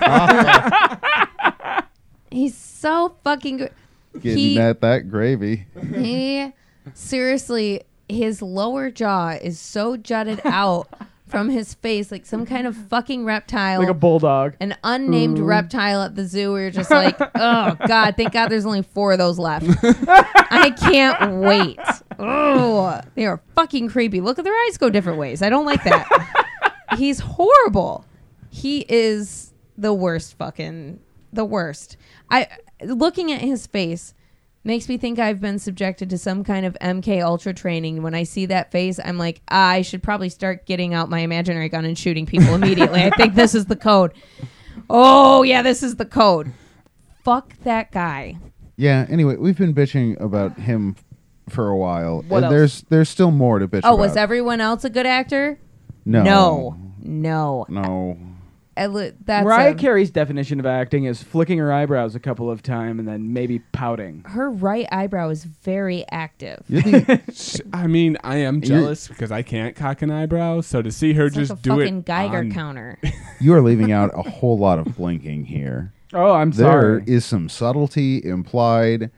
Speaker 1: Uh.
Speaker 2: [laughs]
Speaker 1: He's so fucking good.
Speaker 3: Getting
Speaker 1: He-
Speaker 3: at that gravy.
Speaker 1: [laughs] He seriously, his lower jaw is so jutted out from his face, like some kind of fucking reptile,
Speaker 2: [laughs] like a bulldog.
Speaker 1: an unnamed reptile at the zoo. Where you're just like, oh god, thank God there's only four of those left. I can't wait. Oh, they are fucking creepy. Look at their eyes go different ways. I don't like that. He's horrible. He is the worst fucking the worst. I looking at his face makes me think I've been subjected to some kind of MK Ultra training. When I see that face, I'm like, I should probably start getting out my imaginary gun and shooting people immediately. I think this is the code. Oh, yeah, this is the code. Fuck that guy.
Speaker 3: Yeah. Anyway, we've been bitching about him for a while.
Speaker 2: What
Speaker 3: and
Speaker 2: else?
Speaker 3: There's there's still more to bitch
Speaker 1: Oh,
Speaker 3: about.
Speaker 1: was everyone else a good actor?
Speaker 3: No.
Speaker 1: No. No.
Speaker 3: No.
Speaker 1: I li- that's
Speaker 2: Mariah
Speaker 1: a-
Speaker 2: Carey's definition of acting is flicking her eyebrows a couple of times and then maybe pouting.
Speaker 1: her right eyebrow is very active. [laughs]
Speaker 3: You're the,
Speaker 4: Sh- I mean, I am jealous because I can't cock an eyebrow. So to see her
Speaker 1: It's
Speaker 4: just
Speaker 1: like a
Speaker 4: do
Speaker 1: fucking
Speaker 4: it,
Speaker 1: Geiger
Speaker 4: on- [laughs]
Speaker 1: counter.
Speaker 3: you are leaving out a whole lot of blinking here.
Speaker 2: Oh, I'm
Speaker 3: There
Speaker 2: sorry.
Speaker 3: is some subtlety implied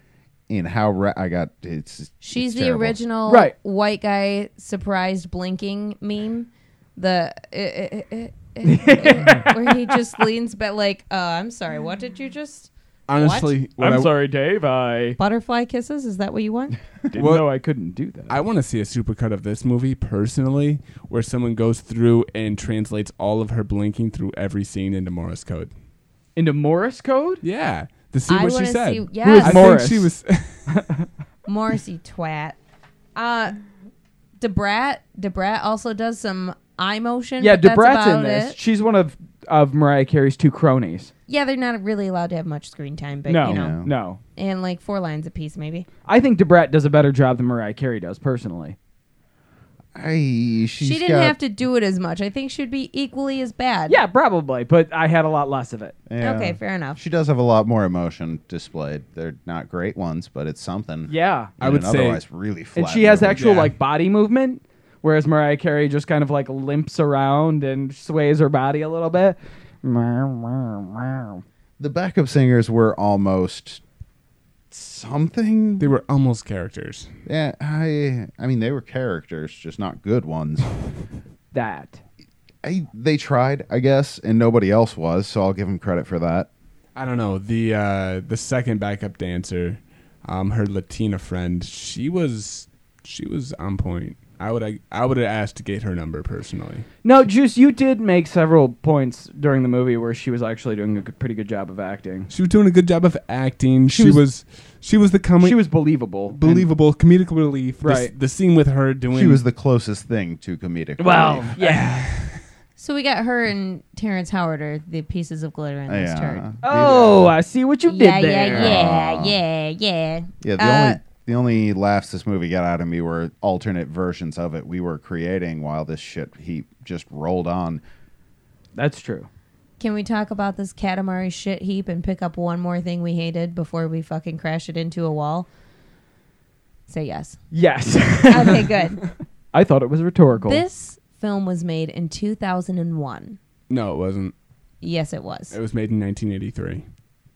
Speaker 3: in how ra- I got. It's
Speaker 1: She's
Speaker 3: it's
Speaker 1: the
Speaker 3: terrible.
Speaker 1: original
Speaker 2: Right.
Speaker 1: white guy surprised blinking meme. The uh, uh, uh,
Speaker 2: [laughs]
Speaker 1: uh, where he just leans back like, uh, I'm sorry, what did you just?
Speaker 4: Honestly, what I-
Speaker 2: sorry, Dave.
Speaker 4: [laughs]
Speaker 2: I
Speaker 1: Butterfly kisses? Is that what you want?
Speaker 2: didn't
Speaker 4: What-
Speaker 2: know I couldn't do that.
Speaker 4: I want to see a supercut of this movie personally, where someone goes through and translates all of her blinking through every scene into Morse code.
Speaker 2: Into Morris code?
Speaker 4: Yeah, to see
Speaker 1: I
Speaker 4: what she
Speaker 1: wanna
Speaker 4: said.
Speaker 1: see- yes.
Speaker 4: I
Speaker 2: Morris?
Speaker 4: think she was. [laughs]
Speaker 1: Morrissey twat. Uh, Debrat. Debrat also does some eye motion.
Speaker 2: Yeah,
Speaker 1: but that's
Speaker 2: Debrat's in
Speaker 1: about
Speaker 2: this.
Speaker 1: it.
Speaker 2: She's one of of Mariah Carey's two cronies.
Speaker 1: Yeah, they're not really allowed to have much screen time, but
Speaker 2: no,
Speaker 1: you know,
Speaker 3: Yeah.
Speaker 2: no.
Speaker 1: and like four lines a piece maybe.
Speaker 2: I think Debrat does a better job than Mariah Carey does personally.
Speaker 3: I, she's
Speaker 1: she didn't
Speaker 3: got,
Speaker 1: have to do it as much. I think she'd be equally as bad.
Speaker 2: Yeah, probably, but I had a lot less of it.
Speaker 3: yeah.
Speaker 1: Okay, fair enough.
Speaker 3: She does have a lot more emotion displayed. They're not great ones, but it's something.
Speaker 2: Yeah.
Speaker 4: I
Speaker 3: In
Speaker 4: would
Speaker 3: an
Speaker 4: say-
Speaker 3: otherwise really flat.
Speaker 2: and she has
Speaker 3: movie.
Speaker 2: actual
Speaker 4: Yeah.
Speaker 2: like body movement whereas mariah carey just kind of like limps around and sways her body a little bit
Speaker 3: The backup singers were almost something.
Speaker 4: they were almost characters.
Speaker 3: Yeah, I I mean they were characters, just not good ones.
Speaker 2: that
Speaker 3: I, they tried, I guess, and nobody else was, so I'll give them credit for that.
Speaker 4: I don't know the uh, the second backup dancer, um, her Latina friend. She was she was on point. I would I, I would have asked to get her number personally.
Speaker 2: no juice you did make several points during the movie where she was actually doing a g- pretty good job of acting
Speaker 4: She was doing a good job of acting. She,
Speaker 2: was-
Speaker 4: was, she was the coming
Speaker 2: she was believable
Speaker 4: believable comedic relief. The s-
Speaker 2: Right.
Speaker 4: The, scene with her doing
Speaker 3: She was the closest thing to comedic.
Speaker 2: And- well
Speaker 3: relief.
Speaker 2: yeah
Speaker 1: So we got her and Terrence Howard are the pieces of glitter in this
Speaker 3: yeah.
Speaker 1: turd.
Speaker 2: oh i see what you
Speaker 1: Yeah,
Speaker 2: did there
Speaker 1: yeah, yeah, yeah, yeah.
Speaker 3: yeah. The
Speaker 1: Uh,
Speaker 3: only the only laughs this movie got out of me were alternate versions of it we were creating while this shit he just rolled on.
Speaker 2: that's true
Speaker 1: Can we talk about this Katamari shit heap and pick up one more thing we hated before we fucking crash it into a wall? Say yes.
Speaker 2: yes [laughs]
Speaker 1: Okay, good.
Speaker 2: i thought it was rhetorical
Speaker 1: this film was made in 2001.
Speaker 4: no, it wasn't.
Speaker 1: Yes, it was.
Speaker 4: It was made in 1983.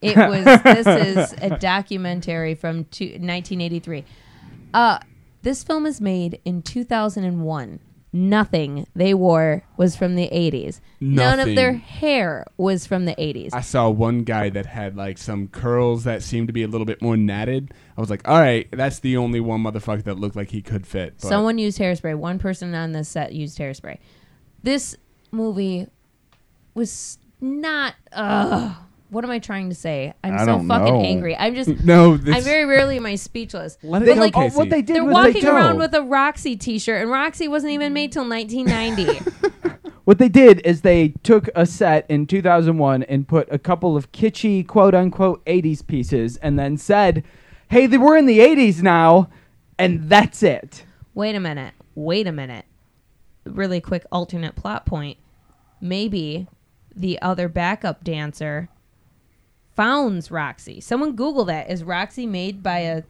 Speaker 1: It was. this is a documentary from two, 1983. Uh, this film is made in 2001. Nothing they wore was from the 80s. None of
Speaker 4: Nothing.
Speaker 1: their hair was from the 80s.
Speaker 4: I saw one guy that had like some curls that seemed to be a little bit more natted. I was like, all right, that's the only one motherfucker that looked like he could fit. But
Speaker 1: Someone used hairspray. One person on this set used hairspray. This movie was not. Ugh, what am I trying to say? I'm
Speaker 3: I
Speaker 1: so
Speaker 3: don't
Speaker 1: fucking
Speaker 3: know.
Speaker 1: angry. I'm
Speaker 3: [laughs]
Speaker 1: just.
Speaker 4: no, this,
Speaker 1: I'm very rarely am I speechless.
Speaker 4: Let it
Speaker 1: But
Speaker 4: go,
Speaker 1: like,
Speaker 2: oh, what
Speaker 4: Casey.
Speaker 2: they did
Speaker 1: They're
Speaker 2: was
Speaker 1: walking
Speaker 2: they
Speaker 1: around
Speaker 2: don't.
Speaker 1: with a Roxy T-shirt, and Roxy wasn't even made till
Speaker 3: [laughs]
Speaker 1: 1990.
Speaker 2: What they did is they took a set in 2001 and put a couple of kitschy, quote unquote, 80s pieces and then said, hey, they were in the 80s now, and that's it.
Speaker 1: wait a minute. Wait a minute. Really quick alternate plot point. Maybe the other backup dancer founds Roxy. Someone Google that. Is Roxy made by a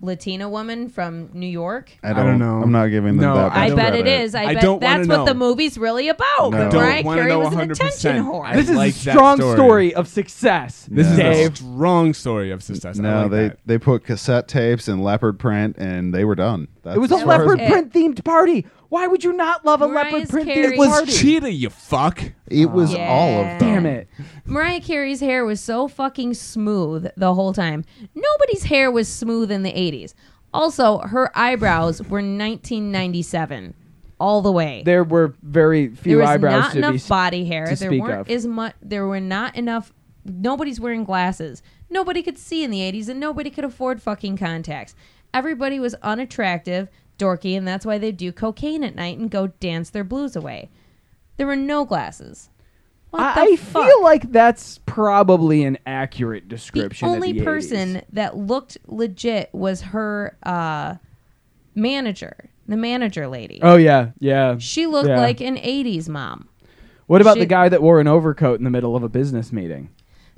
Speaker 1: Latina woman from New York?
Speaker 3: I
Speaker 4: I
Speaker 3: don't,
Speaker 4: don't know.
Speaker 3: I'm not giving
Speaker 4: No,
Speaker 3: them that.
Speaker 4: I
Speaker 1: I,
Speaker 3: much
Speaker 4: don't
Speaker 1: bet
Speaker 3: credit.
Speaker 1: it is. I,
Speaker 4: I
Speaker 1: bet
Speaker 4: don't wanna
Speaker 1: that's what the
Speaker 4: know.
Speaker 1: movie's really about.
Speaker 3: No.
Speaker 1: But
Speaker 3: Don't
Speaker 1: Mariah
Speaker 4: wanna
Speaker 1: Carey
Speaker 4: know
Speaker 1: was an
Speaker 4: 100%.
Speaker 1: attention whore.
Speaker 4: I
Speaker 2: This is
Speaker 4: like
Speaker 2: a
Speaker 4: that
Speaker 2: strong
Speaker 4: story.
Speaker 2: of success.
Speaker 4: This
Speaker 3: No.
Speaker 4: is a
Speaker 2: Dave.
Speaker 4: strong story of success. I
Speaker 3: No,
Speaker 4: like
Speaker 3: they
Speaker 4: that.
Speaker 3: they put cassette tapes and leopard print, and they were done. That's
Speaker 2: it was a
Speaker 3: as far as-
Speaker 2: leopard
Speaker 1: it.
Speaker 2: print themed party. Why would you not love a
Speaker 1: Mariah's
Speaker 2: leopard print
Speaker 1: Carey-
Speaker 2: themed
Speaker 1: It
Speaker 4: was
Speaker 2: party?
Speaker 4: cheetah, you fuck.
Speaker 3: It was
Speaker 1: Yeah.
Speaker 3: all of them.
Speaker 2: Oh, Damn it.
Speaker 1: Mariah Carey's hair was so fucking smooth the whole time. Nobody's hair was smooth in the 80s. Also, her eyebrows were 1997 all the way.
Speaker 2: There were very few
Speaker 1: there was
Speaker 2: eyebrows
Speaker 1: not
Speaker 2: to
Speaker 1: enough
Speaker 2: be s-
Speaker 1: body hair.
Speaker 2: to
Speaker 1: There
Speaker 2: speak
Speaker 1: weren't
Speaker 2: of.
Speaker 1: as much. There were not enough. Nobody's wearing glasses. Nobody could see in the '80s, and nobody could afford fucking contacts. Everybody was unattractive, dorky, and that's why they do cocaine at night and go dance their blues away. There were no glasses. What
Speaker 2: I,
Speaker 1: the
Speaker 2: I
Speaker 1: fuck?
Speaker 2: feel like that's probably an accurate
Speaker 1: the
Speaker 2: description. of
Speaker 1: only
Speaker 2: the 80s.
Speaker 1: person that looked legit was her uh, manager, the manager lady.
Speaker 2: Oh yeah, yeah.
Speaker 1: she looked
Speaker 2: yeah.
Speaker 1: like an '80s mom.
Speaker 2: What about
Speaker 1: she-
Speaker 2: the guy that wore an overcoat in the middle of a business meeting?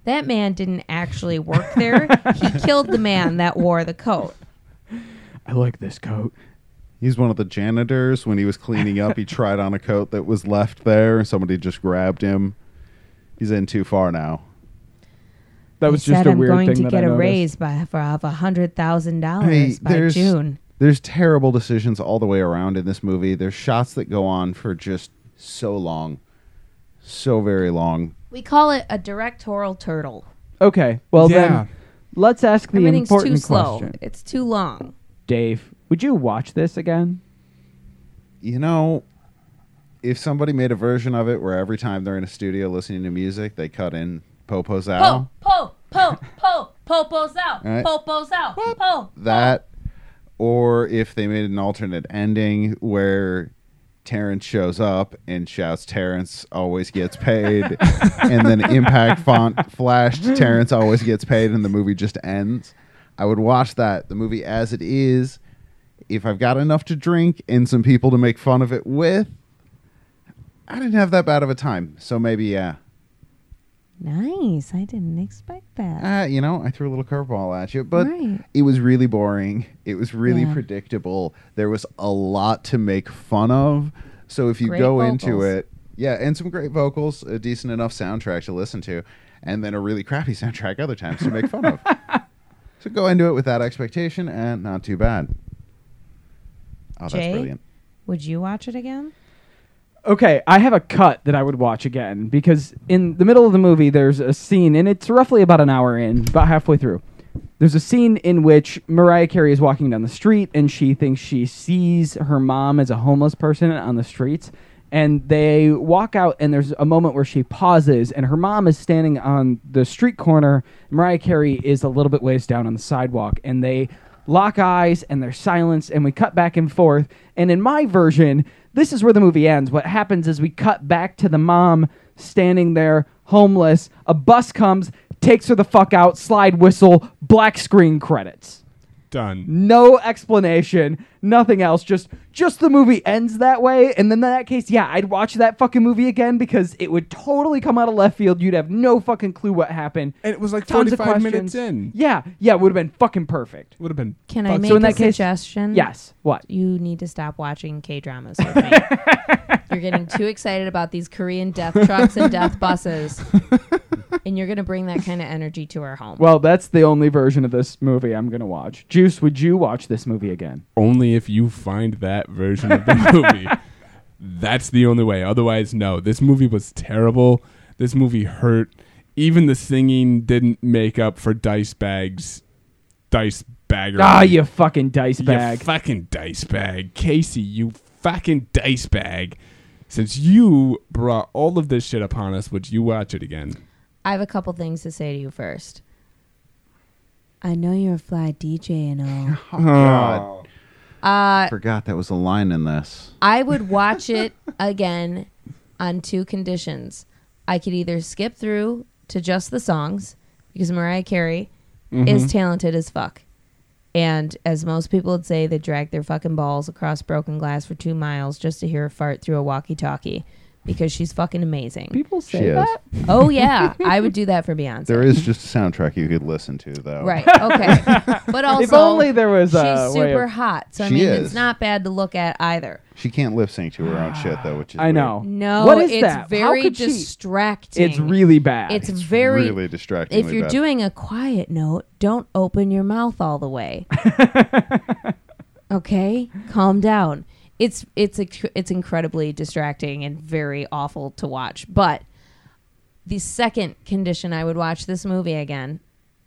Speaker 1: That man didn't actually work there. he killed the man that wore the coat.
Speaker 2: I like this coat.
Speaker 3: He's one of the janitors. When he was cleaning
Speaker 2: [laughs]
Speaker 3: up, he tried on a coat that was left there. Somebody just grabbed him. He's in too far now.
Speaker 2: That was
Speaker 1: he
Speaker 2: just
Speaker 1: said,
Speaker 2: a
Speaker 1: "I'm
Speaker 2: weird
Speaker 1: going
Speaker 2: thing
Speaker 1: to
Speaker 2: that
Speaker 1: get
Speaker 2: I
Speaker 1: a
Speaker 2: noticed.
Speaker 1: raise by for of a hundred thousand
Speaker 2: Oh,
Speaker 3: Hey,
Speaker 1: dollars by
Speaker 3: there's-
Speaker 1: June."
Speaker 3: There's terrible decisions all the way around in this movie. There's shots that go on for just so long, so very long.
Speaker 1: We call it a directorial turtle.
Speaker 2: Okay, well
Speaker 4: Yeah.
Speaker 2: then, let's ask the
Speaker 1: Everything's
Speaker 2: important
Speaker 1: too slow.
Speaker 2: question.
Speaker 1: It's too long.
Speaker 2: Dave, would you watch this again?
Speaker 3: You know, if somebody made a version of it where every time they're in a studio listening to music, they cut in Popo's out.
Speaker 1: Po po po po popo's out.
Speaker 3: All right.
Speaker 1: Popo's out. Po.
Speaker 3: that or if they made an alternate ending where Terrence shows up and shouts Terrence always gets paid and then impact font flashed Terrence always gets paid and the movie just ends. I would watch that the movie as it is if I've got enough to drink and some people to make fun of it with. I didn't have that bad of a time. So maybe yeah.
Speaker 1: Nice. I didn't expect that.
Speaker 3: Uh, you know, I threw a little curveball at you, but
Speaker 1: Right.
Speaker 3: it was really boring. It was really
Speaker 1: Yeah.
Speaker 3: predictable. There was a lot to make fun of. So if you
Speaker 1: Great
Speaker 3: go into
Speaker 1: vocals.
Speaker 3: it, yeah, and some great vocals, a decent enough soundtrack to listen to, and then a really crappy [laughs] soundtrack other times to make fun of.
Speaker 1: [laughs]
Speaker 3: So go into it with that expectation and not too bad. Oh, that's
Speaker 1: Jay?
Speaker 3: brilliant.
Speaker 1: Would you watch it again?
Speaker 2: Okay, I have a cut that I would watch again because in the middle of the movie there's a scene and it's roughly about an hour in, about halfway through. There's a scene in which Mariah Carey is walking down the street and she thinks she sees her mom as a homeless person on the streets and they walk out and there's a moment where she pauses and her mom is standing on the street corner. Mariah Carey is a little bit ways down on the sidewalk and they lock eyes and there's silence and we cut back and forth and in my version this is where the movie ends what happens is we cut back to the mom standing there homeless a bus comes takes her the fuck out slide whistle black screen credits
Speaker 4: Done.
Speaker 2: no explanation nothing else just just the movie ends that way and then in that case yeah i'd watch that fucking movie again because it would totally come out of left field you'd have no fucking clue what happened
Speaker 4: And it was like
Speaker 2: Tons of
Speaker 4: 45 minutes
Speaker 2: questions.
Speaker 4: in.
Speaker 2: yeah yeah it would have been fucking perfect
Speaker 4: Would have been.
Speaker 1: Can I
Speaker 4: fucked
Speaker 1: make
Speaker 2: so in
Speaker 1: a
Speaker 2: that case-
Speaker 4: Mm-hmm.
Speaker 1: suggestion?
Speaker 2: yes what
Speaker 1: you need to stop watching K
Speaker 2: [laughs]
Speaker 1: dramas with me. you're getting too excited about these Korean death trucks and death
Speaker 2: [laughs]
Speaker 1: buses. and you're going to bring that kind of energy to our home.
Speaker 2: Well, that's the only version of this movie I'm going to watch. Juice, would you watch this movie again?
Speaker 4: only if you find that version of the
Speaker 2: [laughs]
Speaker 4: movie. That's the only way. Otherwise, no. This movie was terrible. This movie hurt. Even the singing didn't make up for Dice Bag's Dice Bagger.
Speaker 2: Ah, you fucking dice
Speaker 4: You
Speaker 2: bag.
Speaker 4: fucking dice bag. Casey, you fucking dice bag. Since you brought all of this shit upon us, would you watch it again?
Speaker 1: I have a couple things to say to you first. I know you're a fly DJ and
Speaker 3: Oh,
Speaker 2: [laughs]
Speaker 3: God.
Speaker 1: all. Uh,
Speaker 3: I forgot that was a line in this.
Speaker 1: I would watch it [laughs] again on two conditions. I could either skip through to just the songs because Mariah Carey
Speaker 2: Mm-hmm.
Speaker 1: is talented as fuck. And as most people would say, they drag their fucking balls across broken glass for two miles just to hear a fart through a walkie talkie because she's fucking amazing.
Speaker 2: People say
Speaker 3: She is.
Speaker 2: that.
Speaker 1: oh, yeah. I would do that for Beyonce.
Speaker 3: There is just a soundtrack you could listen to, though.
Speaker 1: [laughs] Right.
Speaker 2: [laughs]
Speaker 1: Okay. but also,
Speaker 2: if only there was a
Speaker 1: she's
Speaker 2: way
Speaker 1: super
Speaker 2: of-
Speaker 1: hot. So, I
Speaker 3: She
Speaker 1: mean,
Speaker 3: is.
Speaker 1: it's not bad to look at either.
Speaker 3: She can't lip sync to her own shit, though, which is
Speaker 2: I
Speaker 3: weird.
Speaker 2: know.
Speaker 1: No,
Speaker 2: What is
Speaker 1: it's
Speaker 2: that? How
Speaker 1: very
Speaker 2: could she-
Speaker 1: distracting.
Speaker 2: It's really bad.
Speaker 1: It's, very
Speaker 3: really distracting.
Speaker 1: if you're doing a quiet note, don't open your mouth all the way. okay? Calm down. It's it's a, it's incredibly distracting and very awful to watch. But the second condition I would watch this movie again.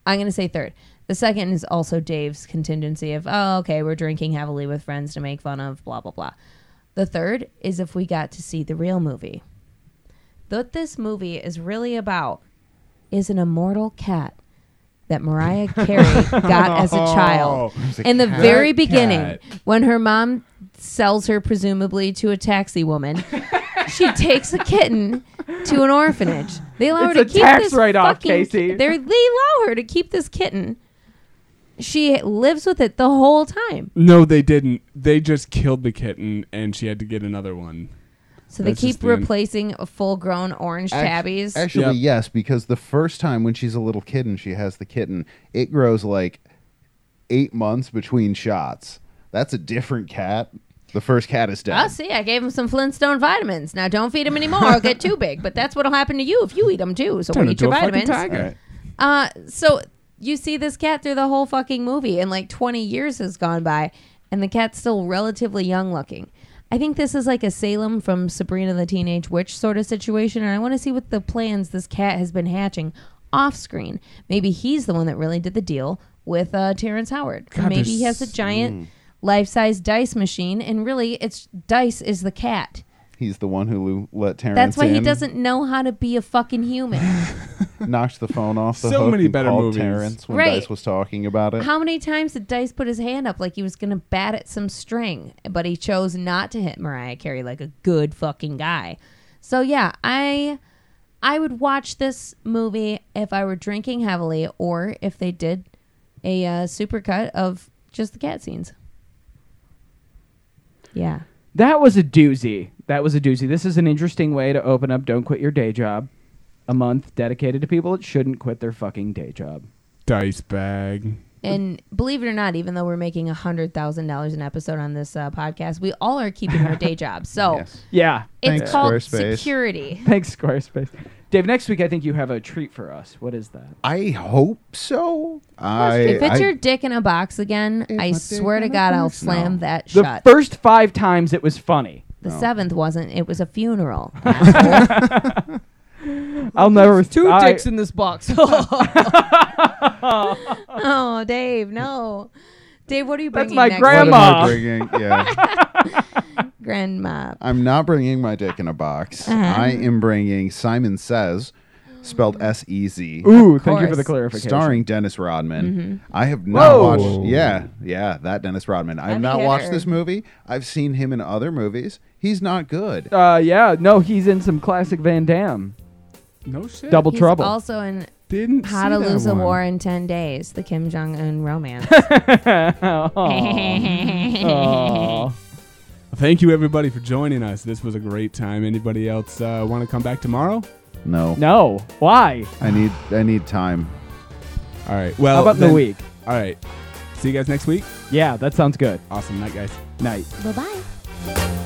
Speaker 1: I'm going to say third. The second is also Dave's contingency of, oh, okay, we're drinking heavily with friends to make fun of, blah, blah, blah. The third is if we got to see the real movie. What this movie is really about is an immortal cat that Mariah Carey got as a child.
Speaker 4: Oh.
Speaker 3: There's a
Speaker 1: In the
Speaker 3: Oh, cat.
Speaker 1: very
Speaker 4: That
Speaker 1: beginning,
Speaker 4: cat.
Speaker 1: when her mom sells her presumably to a taxi woman, she takes the kitten to an orphanage. They allow
Speaker 2: It's
Speaker 1: her
Speaker 2: a
Speaker 1: to keep
Speaker 2: tax
Speaker 1: this
Speaker 2: write-off,
Speaker 1: fucking.
Speaker 2: Casey.
Speaker 1: They're, they allow her to keep this kitten. She lives with it the whole time.
Speaker 4: No, they didn't. They just killed the kitten, and she had to get another one.
Speaker 1: So they
Speaker 4: That's just
Speaker 1: keep
Speaker 4: the end.
Speaker 1: replacing full-grown orange
Speaker 3: Act-
Speaker 1: tabbies.
Speaker 4: Yep.
Speaker 3: Actually, yes, because the first time when she's a little kid and she has the kitten, it grows like eight months between shots. That's a different cat. The first cat is dead.
Speaker 1: Oh, see, I gave him some Flintstone vitamins. Now don't feed him anymore; he'll get too big. But that's what'll happen to you if you eat them too. So
Speaker 4: Turn
Speaker 1: eat
Speaker 4: into
Speaker 1: your
Speaker 4: a fucking
Speaker 1: vitamins.
Speaker 4: tiger.
Speaker 3: All right.
Speaker 1: Uh, so you see this cat through the whole fucking movie, and like 20 years has gone by, and the cat's still relatively young looking. I think this is like a Salem from Sabrina the Teenage Witch sort of situation, and I want to see what the plans this cat has been hatching off screen. Maybe he's the one that really did the deal with uh, Terrence Howard. Or
Speaker 4: God,
Speaker 1: Maybe
Speaker 4: there's
Speaker 1: he has a giant life size dice machine, and really, it's dice is the cat.
Speaker 3: He's the one who lo- let Terrence.
Speaker 1: That's why he
Speaker 3: in,
Speaker 1: doesn't know how to be a fucking human.
Speaker 3: knocked the phone off the
Speaker 4: So
Speaker 3: hook
Speaker 4: many
Speaker 3: and
Speaker 4: better
Speaker 3: called
Speaker 4: movies.
Speaker 3: Terrence when
Speaker 1: Right.
Speaker 3: Dice was talking about it.
Speaker 1: How many times did Dice put his hand up like he was going to bat at some string, but he chose not to hit Mariah Carey like a good fucking guy. So yeah, I I would watch this movie if I were drinking heavily or if they did a uh, supercut of just the cat scenes. Yeah.
Speaker 2: That was a doozy. That was a doozy. This is an interesting way to open up Don't Quit Your Day Job, a month dedicated to people that shouldn't quit their fucking day job.
Speaker 4: Dice bag.
Speaker 1: And believe it or not, even though we're making a hundred thousand dollars an episode on this uh, podcast, we all are keeping our day jobs. So
Speaker 3: Yes.
Speaker 2: Yeah.
Speaker 1: it's
Speaker 3: Thanks,
Speaker 1: called
Speaker 3: Squarespace.
Speaker 1: security.
Speaker 2: Thanks, Squarespace. Dave, next week I think you have a treat for us. What is that?
Speaker 3: I hope so. I,
Speaker 1: if it's
Speaker 3: I-
Speaker 1: your dick in a box again,
Speaker 3: If my
Speaker 1: I
Speaker 3: dick
Speaker 1: swear to
Speaker 3: in a
Speaker 1: God, I'll
Speaker 3: box?
Speaker 1: slam
Speaker 3: No.
Speaker 1: that
Speaker 2: The
Speaker 1: shut.
Speaker 2: first five times it was funny.
Speaker 1: the
Speaker 3: No.
Speaker 1: seventh wasn't. It was a funeral.
Speaker 2: I'll never.
Speaker 5: Two
Speaker 2: I-
Speaker 5: dicks in this box.
Speaker 1: [laughs] oh, Dave, no. Dave, what are you
Speaker 2: That's
Speaker 1: bringing?
Speaker 2: my
Speaker 1: next
Speaker 3: what am
Speaker 2: grandma.
Speaker 1: week?
Speaker 3: I bringing?
Speaker 1: [laughs]
Speaker 3: Yeah,
Speaker 1: Grandma.
Speaker 3: I'm not bringing my dick in a box.
Speaker 1: Uh-huh.
Speaker 3: I am bringing Simon Says, spelled S E Z.
Speaker 2: Ooh, thank you for
Speaker 1: course.
Speaker 2: the clarification.
Speaker 3: starring Dennis Rodman. I have not
Speaker 2: Whoa.
Speaker 3: watched. Yeah, yeah, that Dennis Rodman. I have
Speaker 1: I'm
Speaker 3: not
Speaker 1: here.
Speaker 3: watched this movie. I've seen him in other movies. He's not good.
Speaker 2: Uh, yeah, no, he's in some classic Van Damme.
Speaker 4: No shit.
Speaker 2: Double
Speaker 1: He's
Speaker 2: Trouble.
Speaker 1: also in
Speaker 4: Didn't
Speaker 1: How to
Speaker 4: see that
Speaker 1: Lose a
Speaker 4: one.
Speaker 1: War in 10 Days, the Kim Jong Un romance.
Speaker 2: Aw.
Speaker 4: Thank you everybody for joining us. This was a great time. Anybody else uh, want to come back tomorrow?
Speaker 3: No,
Speaker 2: No, why?
Speaker 3: I need I need time.
Speaker 4: All right. Well,
Speaker 2: How about the
Speaker 4: Oh, then-
Speaker 2: week?
Speaker 4: All right. See you guys next week.
Speaker 2: Yeah, that sounds good.
Speaker 4: Awesome night, guys.
Speaker 2: Night.
Speaker 1: bye bye.